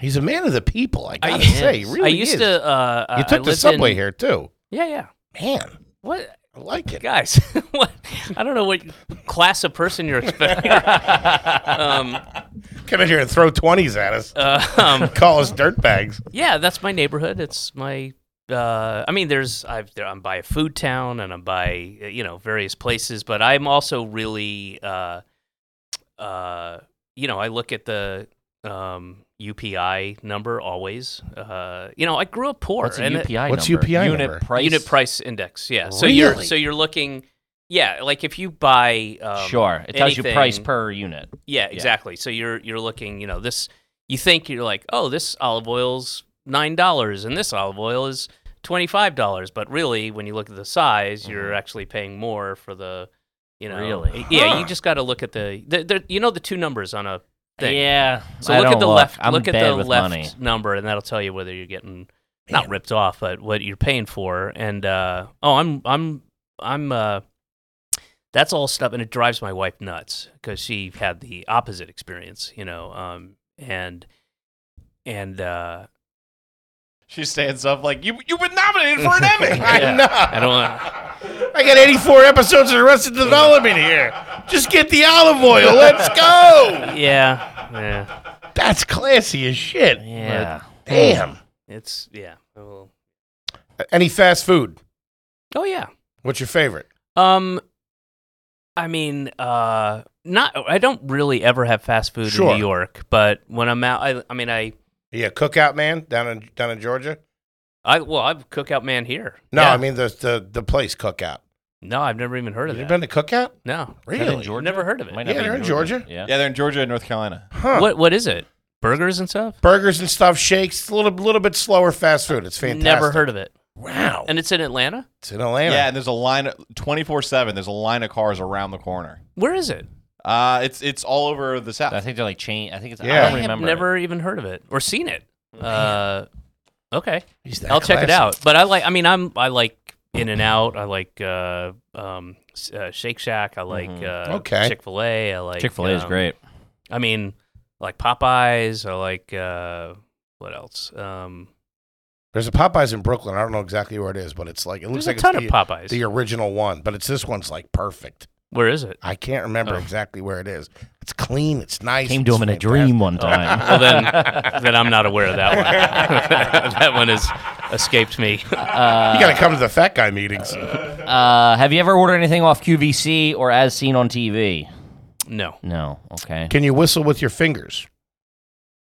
Speaker 1: He's a man of the people. I gotta
Speaker 5: I-
Speaker 1: say, he really.
Speaker 5: I used
Speaker 1: is.
Speaker 5: to uh I-
Speaker 1: You
Speaker 5: I
Speaker 1: took the
Speaker 5: lived
Speaker 1: subway
Speaker 5: in-
Speaker 1: here too,
Speaker 5: Yeah, yeah.
Speaker 1: man.
Speaker 5: What
Speaker 1: I like it.
Speaker 5: guys what i don't know what class of person you're expecting um,
Speaker 1: Come in here and throw twenties at us.
Speaker 5: uh, um,
Speaker 1: Call us dirtbags.
Speaker 5: yeah that's my neighborhood it's my uh, i mean there's I've, there, i'm by a food town and i'm by uh, you know various places but i'm also really uh, uh, you know i look at the um, upi number always uh, you know i grew up poor
Speaker 6: What's a
Speaker 5: and it-
Speaker 6: UPI
Speaker 1: What's
Speaker 6: number?
Speaker 1: UPI
Speaker 6: Unit
Speaker 1: number?
Speaker 6: price.
Speaker 5: unit price index yeah so you're
Speaker 1: Really?
Speaker 5: so you're looking yeah like if you buy um,
Speaker 6: sure. It tells you price
Speaker 5: anything-
Speaker 6: per unit.
Speaker 5: Yeah, exactly. So you're you're looking, you know, this you think you're like, oh, this olive oil's nine dollars and this olive oil is twenty five dollars, but really when you look at the size, you're actually paying more for the, you know,
Speaker 6: Really?
Speaker 5: yeah.
Speaker 1: Huh.
Speaker 5: You just got to look at the, the, the you know the two numbers on a thing.
Speaker 6: Yeah.
Speaker 5: So
Speaker 6: I
Speaker 5: look at
Speaker 6: don't
Speaker 5: the left.
Speaker 6: I'm
Speaker 5: look at
Speaker 6: bad
Speaker 5: the
Speaker 6: with
Speaker 5: left
Speaker 6: money.
Speaker 5: number, and that'll tell you whether you're getting not ripped off, but what you're paying for. And uh, oh, I'm I'm I'm. Uh, that's all stuff, and it drives my wife nuts because she had the opposite experience, you know. Um, and and uh,
Speaker 8: She stands up like you. You've been nominated for an Emmy.
Speaker 1: I know.
Speaker 5: I don't. want
Speaker 1: I got 84 episodes of Arrested Development here. Just get the olive oil. Let's go.
Speaker 5: yeah, yeah,
Speaker 1: That's classy as shit.
Speaker 6: Yeah.
Speaker 1: Damn.
Speaker 5: it's yeah. Well,
Speaker 1: Any fast food?
Speaker 5: Oh yeah.
Speaker 1: What's your favorite?
Speaker 5: Um, I mean, uh, not. I don't really ever have fast food
Speaker 1: Sure.
Speaker 5: in New York, but when I'm out, I, I mean, I,
Speaker 1: Yeah, cookout man down in down in Georgia.
Speaker 5: I well, I'm cookout man here.
Speaker 1: No,
Speaker 5: Yeah.
Speaker 1: I mean the the the place cookout.
Speaker 5: no, I've never even heard of
Speaker 1: Have you
Speaker 5: that.
Speaker 1: been to cookout?
Speaker 5: no,
Speaker 1: Really?
Speaker 5: Georgia? Never heard of it.
Speaker 6: Might
Speaker 1: Yeah,
Speaker 6: be
Speaker 1: they're in Georgia.
Speaker 6: Yeah.
Speaker 8: Yeah, they're in Georgia and North Carolina.
Speaker 1: Huh.
Speaker 5: What what is it? Burgers and stuff.
Speaker 1: Burgers and stuff, shakes, a little little bit slower fast food. It's fantastic.
Speaker 5: Never heard of it.
Speaker 1: Wow.
Speaker 5: And it's in Atlanta.
Speaker 1: It's in Atlanta.
Speaker 8: Yeah, and there's a line twenty four seven. There's a line of cars around the corner.
Speaker 5: Where is it?
Speaker 8: Uh, it's it's all over the south.
Speaker 6: I think they're like chain. I think it's.
Speaker 1: Yeah.
Speaker 6: I
Speaker 1: I
Speaker 6: don't
Speaker 1: have
Speaker 6: remember.
Speaker 5: Never even heard of it or seen it. Uh, okay,
Speaker 1: He's that
Speaker 5: I'll check it
Speaker 1: classy.
Speaker 5: out. But I like. I mean, I'm. I like In and Out. I like uh, um, s- uh, Shake Shack. I like uh,
Speaker 1: Okay.
Speaker 5: Chick Fil A. I like
Speaker 6: Chick Fil A Mm-hmm. is
Speaker 5: um,
Speaker 6: great.
Speaker 5: I mean, I like Popeyes. I like uh, what else? Um,
Speaker 1: There's a Popeyes in Brooklyn. I don't know exactly where it is, but it's like it looks like
Speaker 5: there's a ton
Speaker 1: it's
Speaker 5: of Popeyes.
Speaker 1: the, the original one, but it's this one's like perfect.
Speaker 5: Where is it?
Speaker 1: I can't remember
Speaker 5: Oh.
Speaker 1: exactly where it is. It's clean. It's nice.
Speaker 6: Came to
Speaker 1: it's
Speaker 6: him in a
Speaker 1: fantastic.
Speaker 6: dream one time.
Speaker 5: Well, then, then I'm not aware of that one. that one has escaped me.
Speaker 1: You got to come to the fat guy meetings.
Speaker 6: Uh, have you ever ordered anything off QVC or as seen on TV?
Speaker 5: No.
Speaker 6: No. Okay.
Speaker 1: Can you whistle with your fingers?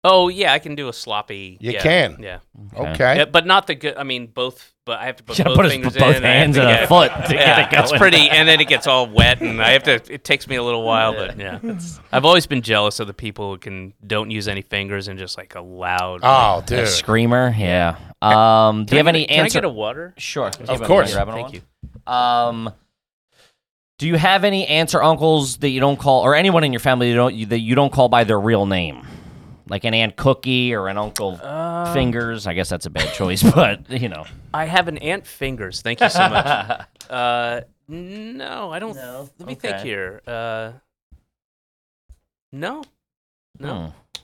Speaker 5: Oh yeah, I can do a sloppy.
Speaker 1: You
Speaker 5: yeah,
Speaker 1: can.
Speaker 5: Yeah.
Speaker 1: Okay.
Speaker 5: Yeah, but not the good. I mean, both. But I have to put
Speaker 6: You gotta
Speaker 5: both
Speaker 6: put his-
Speaker 5: fingers
Speaker 6: both
Speaker 5: in, I have
Speaker 6: hands
Speaker 5: to
Speaker 6: and
Speaker 5: get-
Speaker 6: a foot to
Speaker 5: yeah,
Speaker 6: get it
Speaker 5: It's
Speaker 6: going.
Speaker 5: pretty, and then it gets all wet, and I have to. It takes me a little while, but yeah. I've always been jealous of the people who can don't use any fingers and just like a loud.
Speaker 1: Oh,
Speaker 6: A
Speaker 1: dude.
Speaker 6: screamer. Yeah. Um, do you have
Speaker 5: Can I
Speaker 6: any
Speaker 5: get a-
Speaker 6: answer?
Speaker 5: Can I get a water?
Speaker 6: Sure.
Speaker 1: Of course.
Speaker 5: Thank you.
Speaker 6: Um, do you have any aunts or uncles that you don't call, or anyone in your family you don't you, that you don't call by their real name, like an aunt Cookie or an uncle
Speaker 5: Uh,
Speaker 6: Fingers? I guess that's a bad choice, but you know,
Speaker 5: I have an ant fingers. Thank you so much. uh, no, I don't. Let me think
Speaker 6: Okay.
Speaker 5: here. Uh, no, no.
Speaker 6: Hmm.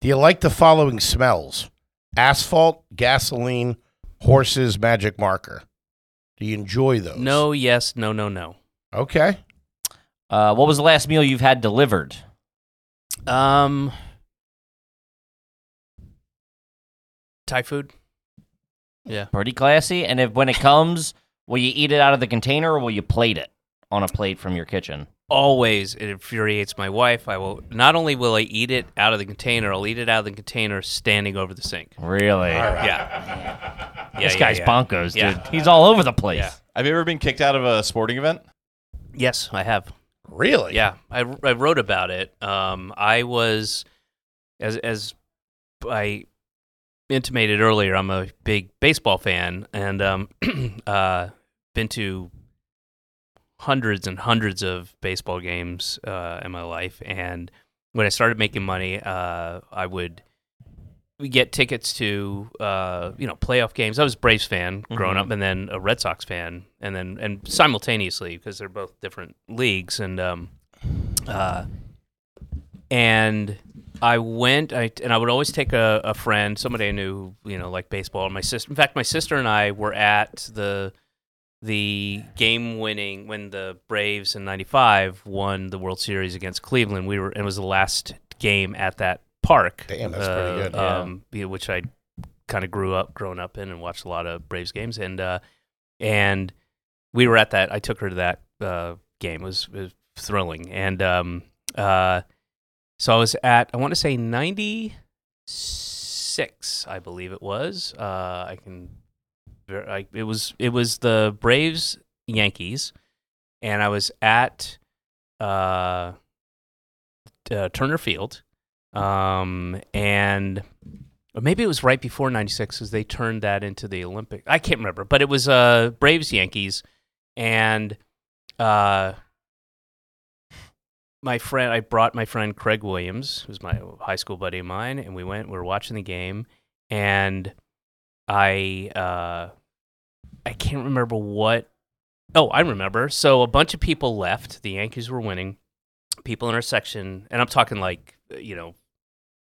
Speaker 1: Do you like the following smells? Asphalt, gasoline, horses, magic marker. Do you enjoy those?
Speaker 5: No, yes, no, no, no.
Speaker 1: Okay.
Speaker 6: Uh, what was the last meal you've had delivered?
Speaker 5: Um, Thai food.
Speaker 6: Pretty classy. And if when it comes, will you eat it out of the container or will you plate it on a plate from your kitchen?
Speaker 5: Always, it infuriates my wife. I will not only will I eat it out of the container, I'll eat it out of the container standing over the sink.
Speaker 6: Really?
Speaker 5: Yeah. yeah
Speaker 6: This
Speaker 5: yeah,
Speaker 6: guy's
Speaker 5: yeah.
Speaker 6: bonkers, dude.
Speaker 5: Yeah.
Speaker 6: He's all over the place.
Speaker 5: Yeah.
Speaker 8: Have you ever been kicked out of a sporting event?
Speaker 5: Yes, I have.
Speaker 1: Really?
Speaker 5: Yeah, I, I wrote about it. Um, I was as as I intimated earlier, I'm a big baseball fan, and um, uh, been to hundreds and hundreds of baseball games uh, in my life. And when I started making money, uh, I would we get tickets to uh, you know playoff games. I was a Braves fan growing up, and then a Red Sox fan, and then and simultaneously because they're both different leagues, and um, uh, and I went, I and I would always take a, a friend, somebody I knew, who, you know, like baseball. And my sister, in fact, my sister and I were at the the game winning when the Braves in '95 won the World Series against Cleveland. We were it was the last game at that park.
Speaker 1: Damn, that's pretty good.
Speaker 6: Yeah.
Speaker 5: Um, yeah, which I kind of grew up, grown up in, and watched a lot of Braves games. And uh, and we were at that. I took her to that uh, game. It was, it was thrilling. And um, uh, so I was at I want to say ninety six, I believe it was. Uh, I can ver- I, it was it was the Braves Yankees, and I was at uh, uh, Turner Field, um, and or maybe it was right before '96 because they turned that into the Olympic. I can't remember, but it was uh, Braves Yankees, and uh, my friend, I brought my friend Craig Williams, who's my high school buddy of mine, and we went. We were watching the game, and I uh, I can't remember what. Oh, I remember. So a bunch of people left. The Yankees were winning. People in our section, and I'm talking like you know,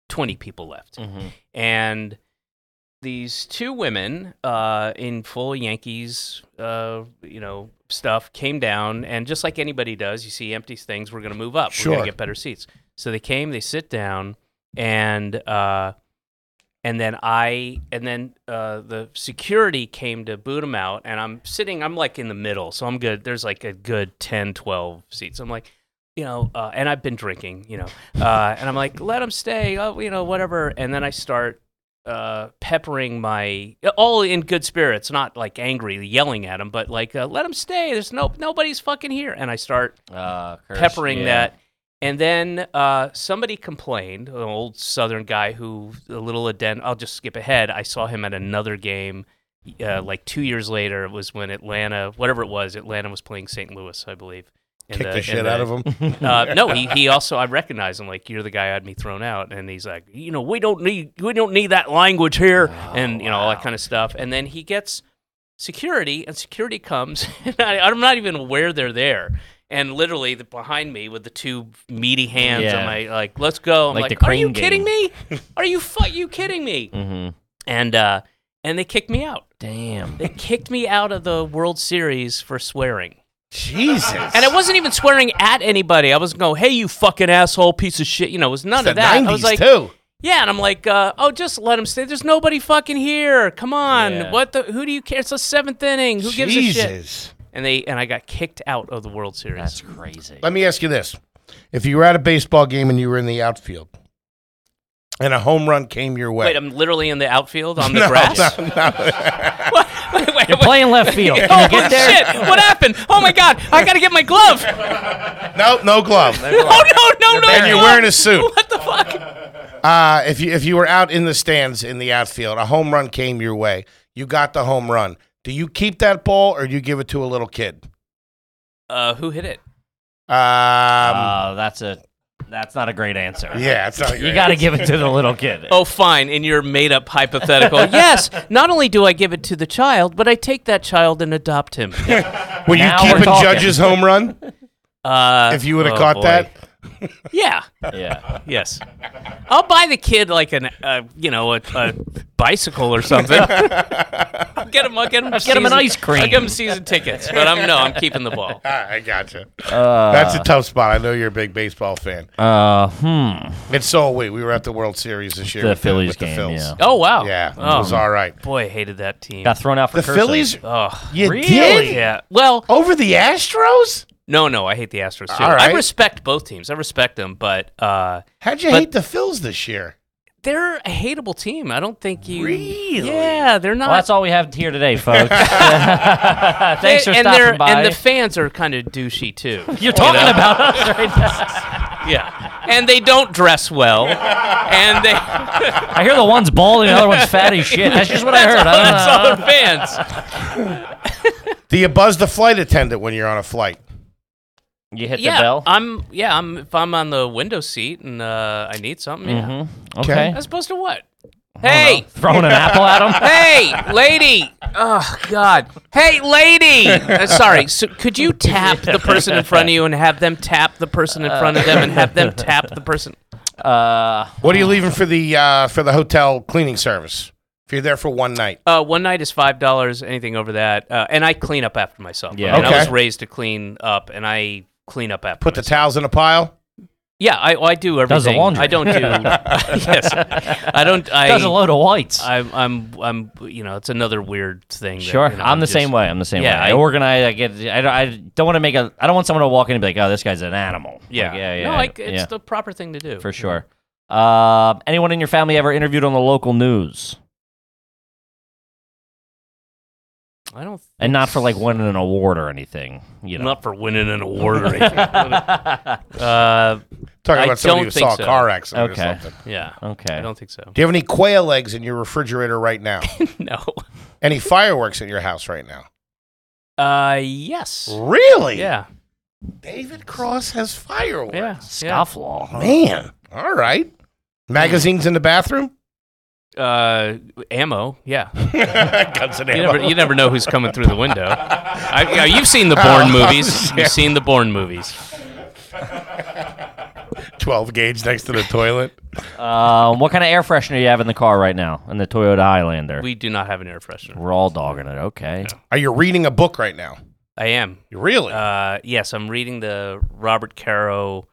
Speaker 5: twenty people left,
Speaker 6: Mm-hmm.
Speaker 5: and these two women uh, in full Yankees, uh, you know, stuff came down, and just like anybody does, you see empty things. We're gonna move up. We're
Speaker 1: Sure.
Speaker 5: gonna get better seats. So they came. They sit down, and uh, and then I and then uh, the security came to boot him out, and I'm sitting, I'm like in the middle, so I'm good. There's like a good 10, 12 seats. I'm like, you know, uh, and I've been drinking, you know, uh, and I'm like, let him stay, oh, you know, whatever. And then I start uh, peppering my all in good spirits, not like angry, yelling at him, but like, uh, let him stay. There's no nobody's fucking here, and I start
Speaker 6: Uh, curse,
Speaker 5: peppering
Speaker 6: yeah.
Speaker 5: that. And then uh, somebody complained, an old Southern guy who, a little addend, I'll just skip ahead. I saw him at another game uh, like two years later. It was when Atlanta, whatever it was, Atlanta was playing St. Louis, I believe. in
Speaker 1: Kick the,
Speaker 5: in
Speaker 1: shit out of them.
Speaker 5: uh, no, he, he also I recognize him like you're the guy who had me thrown out, and he's like, you know, we don't need we don't need that language here,
Speaker 6: Oh,
Speaker 5: and you know all that kind of stuff. And then he gets security, and security comes, and I, I'm not even aware they're there. And literally, the, behind me with the two meaty hands
Speaker 6: Yeah.
Speaker 5: on my like, let's go. I'm
Speaker 6: Like
Speaker 5: like,
Speaker 6: the
Speaker 5: are you
Speaker 6: crane game.
Speaker 5: kidding me? Are you fu- you kidding me?
Speaker 6: Mhm.
Speaker 5: And uh, and they kicked me out.
Speaker 6: Damn.
Speaker 5: They kicked me out of the World Series for swearing.
Speaker 1: Jesus.
Speaker 5: And I wasn't even swearing at anybody. I was going, "Hey, you fucking asshole, piece of shit." You know, it was none
Speaker 1: the
Speaker 5: of that. I
Speaker 1: 90s
Speaker 5: was like,
Speaker 1: too.
Speaker 5: "Yeah," and I'm like, uh, "Oh, just let him stay. There's nobody fucking here. Come on,
Speaker 6: Yeah.
Speaker 5: what the? Who do you care? It's the seventh inning. Who gives a shit?"
Speaker 1: Jesus.
Speaker 5: And they and I got kicked out of the World Series.
Speaker 6: That's crazy.
Speaker 1: Let me ask you this: If you were at a baseball game and you were in the outfield, and a home run came your way,
Speaker 5: Wait, I'm literally in the outfield on the
Speaker 1: No,
Speaker 5: grass.
Speaker 1: no, no.
Speaker 5: What? Wait, wait,
Speaker 6: You're
Speaker 5: wait.
Speaker 6: playing left field. Can
Speaker 5: Oh
Speaker 6: you get there?
Speaker 5: shit! What happened? Oh my god! I gotta get my glove.
Speaker 1: no, no glove,
Speaker 5: Oh no, no, no!
Speaker 1: and you're
Speaker 5: glove.
Speaker 1: wearing a suit.
Speaker 5: What the fuck?
Speaker 1: Uh, if you if you were out in the stands in the outfield, a home run came your way. You got the home run. Do you keep that ball or do you give it to a little kid?
Speaker 5: Uh, who hit it?
Speaker 1: Um,
Speaker 6: Uh, that's a. That's not a great answer.
Speaker 1: yeah, it's not a
Speaker 6: You
Speaker 1: great-
Speaker 6: got to give it to the little kid.
Speaker 5: Oh, fine. In your made up hypothetical. yes. Not only do I give it to the child, but I take that child and adopt him.
Speaker 1: Were you
Speaker 6: Now we're
Speaker 1: keeping
Speaker 6: talking.
Speaker 1: Judge's home run
Speaker 5: Uh,
Speaker 1: if you would have
Speaker 5: oh,
Speaker 1: caught
Speaker 5: boy.
Speaker 1: that?
Speaker 5: Yeah.
Speaker 6: Yeah.
Speaker 5: Yes. I'll buy the kid like an, uh, you know, a, a bicycle or something. I'll get him, I'll get him,
Speaker 6: Get him an
Speaker 5: season-
Speaker 6: ice cream.
Speaker 5: I'll give him season tickets. But I'm, no, I'm keeping the ball.
Speaker 1: Ah, I gotcha.
Speaker 5: Uh,
Speaker 1: That's a tough spot. I know you're a big baseball fan.
Speaker 6: Uh, hmm.
Speaker 1: And so are we. We were at the World Series this year.
Speaker 6: The
Speaker 1: with
Speaker 6: Phillies
Speaker 1: with
Speaker 6: game,
Speaker 1: Phils.
Speaker 6: yeah.
Speaker 5: Oh, wow.
Speaker 1: Yeah, it was
Speaker 5: Oh,
Speaker 1: all right.
Speaker 5: boy, I hated that team.
Speaker 6: Got thrown out for
Speaker 1: The
Speaker 6: cursing.
Speaker 1: Phillies,
Speaker 5: oh,
Speaker 1: you
Speaker 6: Really?
Speaker 1: did
Speaker 5: yeah. Well,
Speaker 1: over the Astros?
Speaker 5: no, no, I hate the Astros too.
Speaker 1: All
Speaker 5: I
Speaker 1: right.
Speaker 5: respect both teams. I respect them, but. uh
Speaker 1: How'd you
Speaker 5: But-
Speaker 1: hate the Phils this year?
Speaker 5: they're a hateable team. I don't think you.
Speaker 1: Really?
Speaker 5: Yeah, they're not.
Speaker 6: Well, that's all we have here today, folks. Thanks for
Speaker 5: and they're-
Speaker 6: stopping by.
Speaker 5: And the fans are kind of douchey too.
Speaker 6: You're talking about us right now.
Speaker 5: yeah, and they don't dress well, and they.
Speaker 6: I hear the one's bald and the other one's fat as shit. That's just what I heard.
Speaker 5: that's
Speaker 6: I
Speaker 5: all
Speaker 6: don't
Speaker 5: the fans.
Speaker 1: Do you buzz the flight attendant when you're on a flight?
Speaker 6: know. You hit
Speaker 5: Yeah,
Speaker 6: the bell.
Speaker 5: I'm. Yeah,
Speaker 6: Mm-hmm.
Speaker 5: I'm. If I'm on the window seat and uh, I need something, yeah.
Speaker 6: Okay.
Speaker 5: As opposed to what?
Speaker 9: Hey,
Speaker 6: Throwing an apple at him.
Speaker 9: hey, lady. Oh God. Hey, lady. Uh, sorry. So could you tap the person in front of you and have them tap the person in front of them and have them tap the person?
Speaker 6: Uh,
Speaker 1: What are you leaving for the uh, for the hotel cleaning service? If you're there for one night,
Speaker 5: Uh, one night is five dollars. Anything over that, uh, and I clean up after myself.
Speaker 6: Yeah.
Speaker 5: I, mean,
Speaker 1: Okay.
Speaker 5: I was raised to clean up, and I clean up after.
Speaker 1: put the
Speaker 5: myself.
Speaker 1: towels in a pile.
Speaker 5: yeah, I, I do everything.
Speaker 6: Does the laundry.
Speaker 5: I don't do. yes, I don't. I,
Speaker 6: Does a load of whites.
Speaker 5: I'm, I'm, I'm. You know, it's another weird thing. That,
Speaker 6: Sure,
Speaker 5: you know,
Speaker 6: I'm the
Speaker 5: just-
Speaker 6: same way. I'm the same
Speaker 5: Yeah,
Speaker 6: way. I,
Speaker 5: I-
Speaker 6: organize. I get. I don't, I don't want to make a. I don't want someone to walk in and be like, "Oh, this guy's an animal."
Speaker 5: Yeah,
Speaker 6: Like, yeah, yeah.
Speaker 5: No, like it's
Speaker 6: yeah,
Speaker 5: the proper thing to do.
Speaker 6: for sure. Uh, anyone in your family ever interviewed on the local news?
Speaker 5: I don't.
Speaker 6: And
Speaker 5: think
Speaker 6: not for like
Speaker 5: s-
Speaker 6: winning an award or anything. You know.
Speaker 5: Not for winning an award or anything. uh,
Speaker 1: Talking
Speaker 5: I
Speaker 1: about somebody
Speaker 5: don't
Speaker 1: who
Speaker 5: think
Speaker 1: saw a
Speaker 5: so.
Speaker 1: car accident or
Speaker 6: Okay.
Speaker 1: something.
Speaker 5: yeah, I
Speaker 6: Okay.
Speaker 5: don't think so.
Speaker 1: Do you have any quail eggs in your refrigerator right now?
Speaker 5: No.
Speaker 1: any fireworks at your house right now?
Speaker 5: Uh, yes.
Speaker 1: Really?
Speaker 5: Yeah.
Speaker 1: David Cross has fireworks.
Speaker 5: Yeah.
Speaker 6: Scofflaw.
Speaker 1: Man. All right. Magazines in the bathroom?
Speaker 5: Yeah. Uh, ammo. Yeah.
Speaker 1: Guns and
Speaker 5: You
Speaker 1: ammo.
Speaker 5: never, you never know who's coming through the window. I, yeah, you've seen the Bourne movies. You've seen the Bourne movies.
Speaker 1: 12 gauge next to the toilet.
Speaker 6: Um, what kind of air freshener you have in the car right now? In the Toyota Highlander. We,
Speaker 5: We do not have an air freshener.
Speaker 6: are all dogging it. Okay.
Speaker 1: Are you reading a book right now?
Speaker 5: I am.
Speaker 1: Really?
Speaker 5: Uh, yes, I'm reading the Robert Caro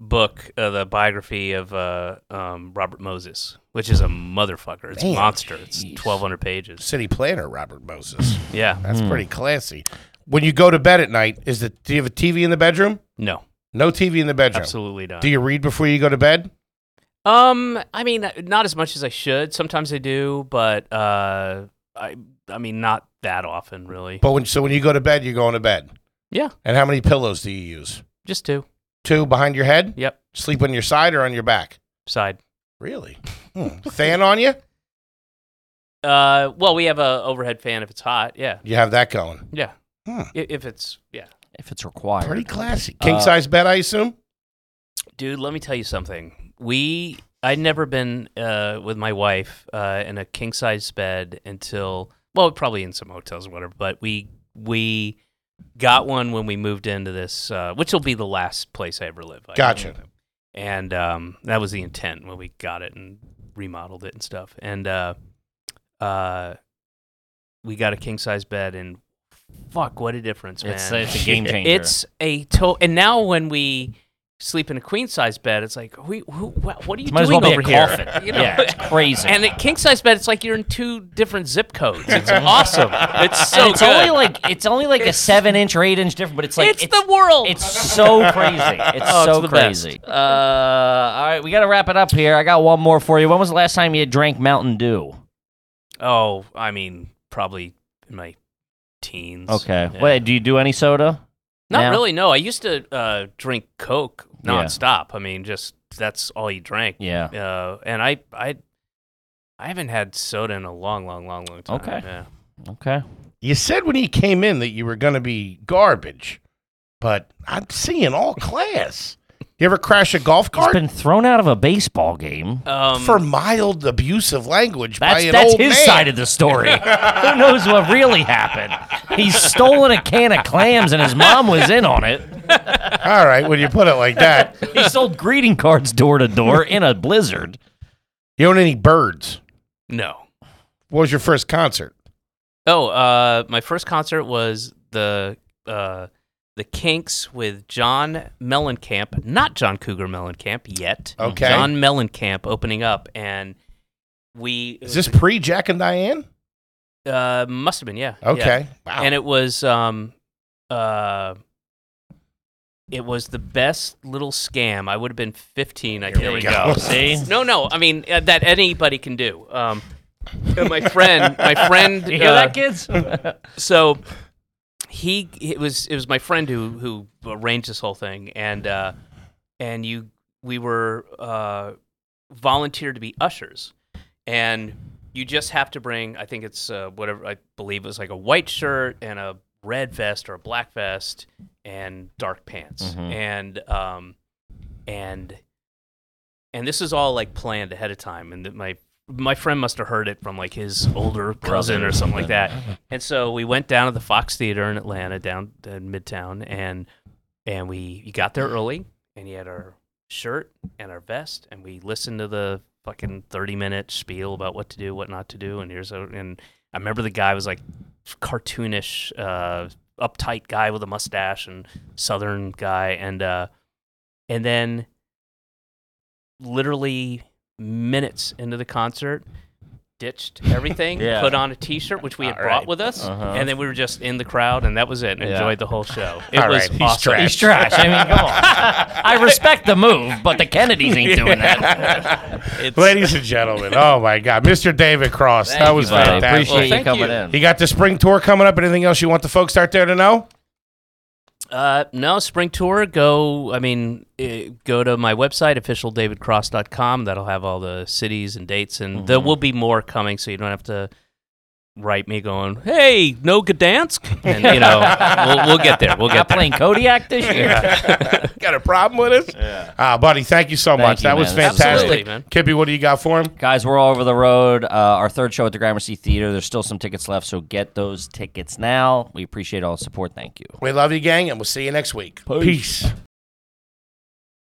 Speaker 5: book, uh, the biography of uh, um, Robert Moses, which is a motherfucker. It's
Speaker 1: Man,
Speaker 5: a monster. It's 1,200 pages.
Speaker 1: City planner, Robert Moses.
Speaker 5: Yeah.
Speaker 1: That's pretty classy. When you go to bed at night, is the do you have a TV in the bedroom?
Speaker 5: No,
Speaker 1: No TV in the bedroom.
Speaker 5: absolutely not.
Speaker 1: Do you read before you go to bed?
Speaker 5: Um, I mean, not as much as I should. Sometimes I do, but uh, I, I mean, not that often, really.
Speaker 1: But when so when you go to bed, you're going to bed.
Speaker 5: Yeah.
Speaker 1: And how many pillows do you use?
Speaker 5: Just two.
Speaker 1: Two behind your head?
Speaker 5: Yep.
Speaker 1: Sleep on your side or on your back?
Speaker 5: Side.
Speaker 1: Really? Hmm. Fan on you?
Speaker 5: Uh, well, we have a overhead fan if it's hot. Yeah,
Speaker 1: You have that going.
Speaker 5: yeah.
Speaker 1: Hmm.
Speaker 5: I- If it's yeah,
Speaker 6: If it's required.
Speaker 1: Pretty classy.
Speaker 5: Uh,
Speaker 1: King size bed, I assume.
Speaker 5: dude. Let me tell you something. We I'd never been uh with my wife uh in a king size bed until well, probably in some hotels or whatever. But we we got one when we moved into this, uh, which will be the last place I ever live. I
Speaker 1: Gotcha.
Speaker 5: and um, that was the intent when we got it and remodeled it and stuff. And uh, uh, we got a king size bed, and fuck, what a difference, man!
Speaker 6: It's, it's a game changer.
Speaker 5: It's a to- and now when we sleep in a queen size bed, it's like who, who wha- what are you
Speaker 6: Might as
Speaker 5: doing
Speaker 6: well be a
Speaker 5: over here?
Speaker 6: coffin.
Speaker 5: You know?
Speaker 6: Yeah, it's crazy.
Speaker 5: And a king size bed, it's like you're in two different zip codes. It's awesome. It's so
Speaker 6: And it's
Speaker 5: good.
Speaker 6: only like it's only like a seven inch or eight inch difference, but it's like
Speaker 9: it's, the world.
Speaker 6: It's so crazy. It's
Speaker 5: Oh, it's
Speaker 6: so
Speaker 5: the
Speaker 6: crazy. Uh, all right, we got to wrap it up here. I got one more for you. When was the last time you drank Mountain Dew?
Speaker 5: oh, I mean, probably in my teens.
Speaker 6: Okay.
Speaker 5: Yeah.
Speaker 6: Wait, do you do any soda?
Speaker 5: Not
Speaker 6: now?
Speaker 5: really. No, I used to uh, drink Coke
Speaker 6: Yeah.
Speaker 5: nonstop. I mean, just that's all you drank.
Speaker 6: Yeah.
Speaker 5: Uh, and I, I, I haven't had soda in a long, long, long, long time.
Speaker 6: Okay.
Speaker 5: Yeah.
Speaker 6: Okay.
Speaker 1: You said when you came in that you were going to be garbage, but I'm seeing all class. You ever crash a golf
Speaker 6: He's
Speaker 1: cart
Speaker 6: been thrown out of a baseball game.
Speaker 5: Um,
Speaker 1: for mild abusive language by
Speaker 6: That's
Speaker 1: an
Speaker 6: that's
Speaker 1: old
Speaker 6: his
Speaker 1: man?
Speaker 6: side of the story. Who knows what really happened? He's stolen a can of clams and his mom was in on it.
Speaker 1: all right, when you put it like that,
Speaker 6: He sold greeting cards door to door in a blizzard.
Speaker 1: you own any birds?
Speaker 5: no.
Speaker 1: What was your first concert?
Speaker 5: Oh, uh, my first concert was the uh, the Kinks with John Mellencamp, not John Cougar Mellencamp yet.
Speaker 1: Okay.
Speaker 5: John Mellencamp opening up, and we
Speaker 1: Is this pre Jack and Diane?
Speaker 5: uh, must have been yeah. yeah.
Speaker 1: Okay, wow.
Speaker 5: and it was um uh it was the best little scam. I would have been 15. I Here
Speaker 1: we
Speaker 6: Oh, see?
Speaker 5: No, no. I mean uh, that anybody can do. Um, and my friend, my friend.
Speaker 6: You hear
Speaker 5: uh,
Speaker 6: that, kids?
Speaker 5: so he it was it was my friend who who arranged this whole thing and uh and you we were uh volunteered to be ushers and you just have to bring i think it's uh, whatever i believe it was like a white shirt and a red vest or a black vest and dark pants and um and and this is all like planned ahead of time and th- my my friend must have heard it from like his older cousin or something like that. And so we went down to the Fox Theater in Atlanta, down in Midtown, and and we you got there early, and he had our
Speaker 1: Mm-hmm.
Speaker 5: shirt and our vest, and we listened to the fucking thirty minute spiel about what to do, what not to do, and here's a, and I remember the guy was like cartoonish, uh, uptight guy with a mustache and southern guy, and uh, and then literally minutes into the concert, ditched everything,
Speaker 6: Yeah.
Speaker 5: put on a T-shirt which we had brought with us,
Speaker 1: Uh-huh.
Speaker 5: and then we were just in the crowd, and that was it. And Enjoyed the whole show. It
Speaker 1: All
Speaker 5: was
Speaker 1: right, he's
Speaker 5: awesome.
Speaker 1: trash.
Speaker 6: He's trash. I mean, come on. I respect the move, but the Kennedys ain't doing that.
Speaker 1: Ladies and gentlemen, oh my God, Mr. David Cross, that was
Speaker 6: buddy.
Speaker 1: fantastic.
Speaker 6: Appreciate you coming in.
Speaker 1: You got the spring tour coming up. Anything else you want the folks out there to know?
Speaker 5: Uh, no, spring tour. Go. I mean, eh, go to my website, officialdavidcross.com. That'll have all the cities and dates, and there
Speaker 6: Mm-hmm.
Speaker 5: will be more coming, so you don't have to write me going, "Hey, no Gdansk." And you know, we'll, we'll get there. We'll
Speaker 6: Not
Speaker 5: get there.
Speaker 6: playing Kodiak this year.
Speaker 1: Got a problem with us? Yeah. Uh, buddy, thank you so much.
Speaker 6: you,
Speaker 1: that
Speaker 6: man.
Speaker 1: was
Speaker 6: This was
Speaker 5: Absolutely,
Speaker 1: fantastic.
Speaker 5: man.
Speaker 1: Kippy, what do you got for him?
Speaker 6: Guys, we're all over the road. Uh, our third show at the Gramercy Theater. There's still some tickets left, so get those tickets now. We appreciate all the support. Thank you.
Speaker 1: We love you, gang, and we'll see you next week. Peace.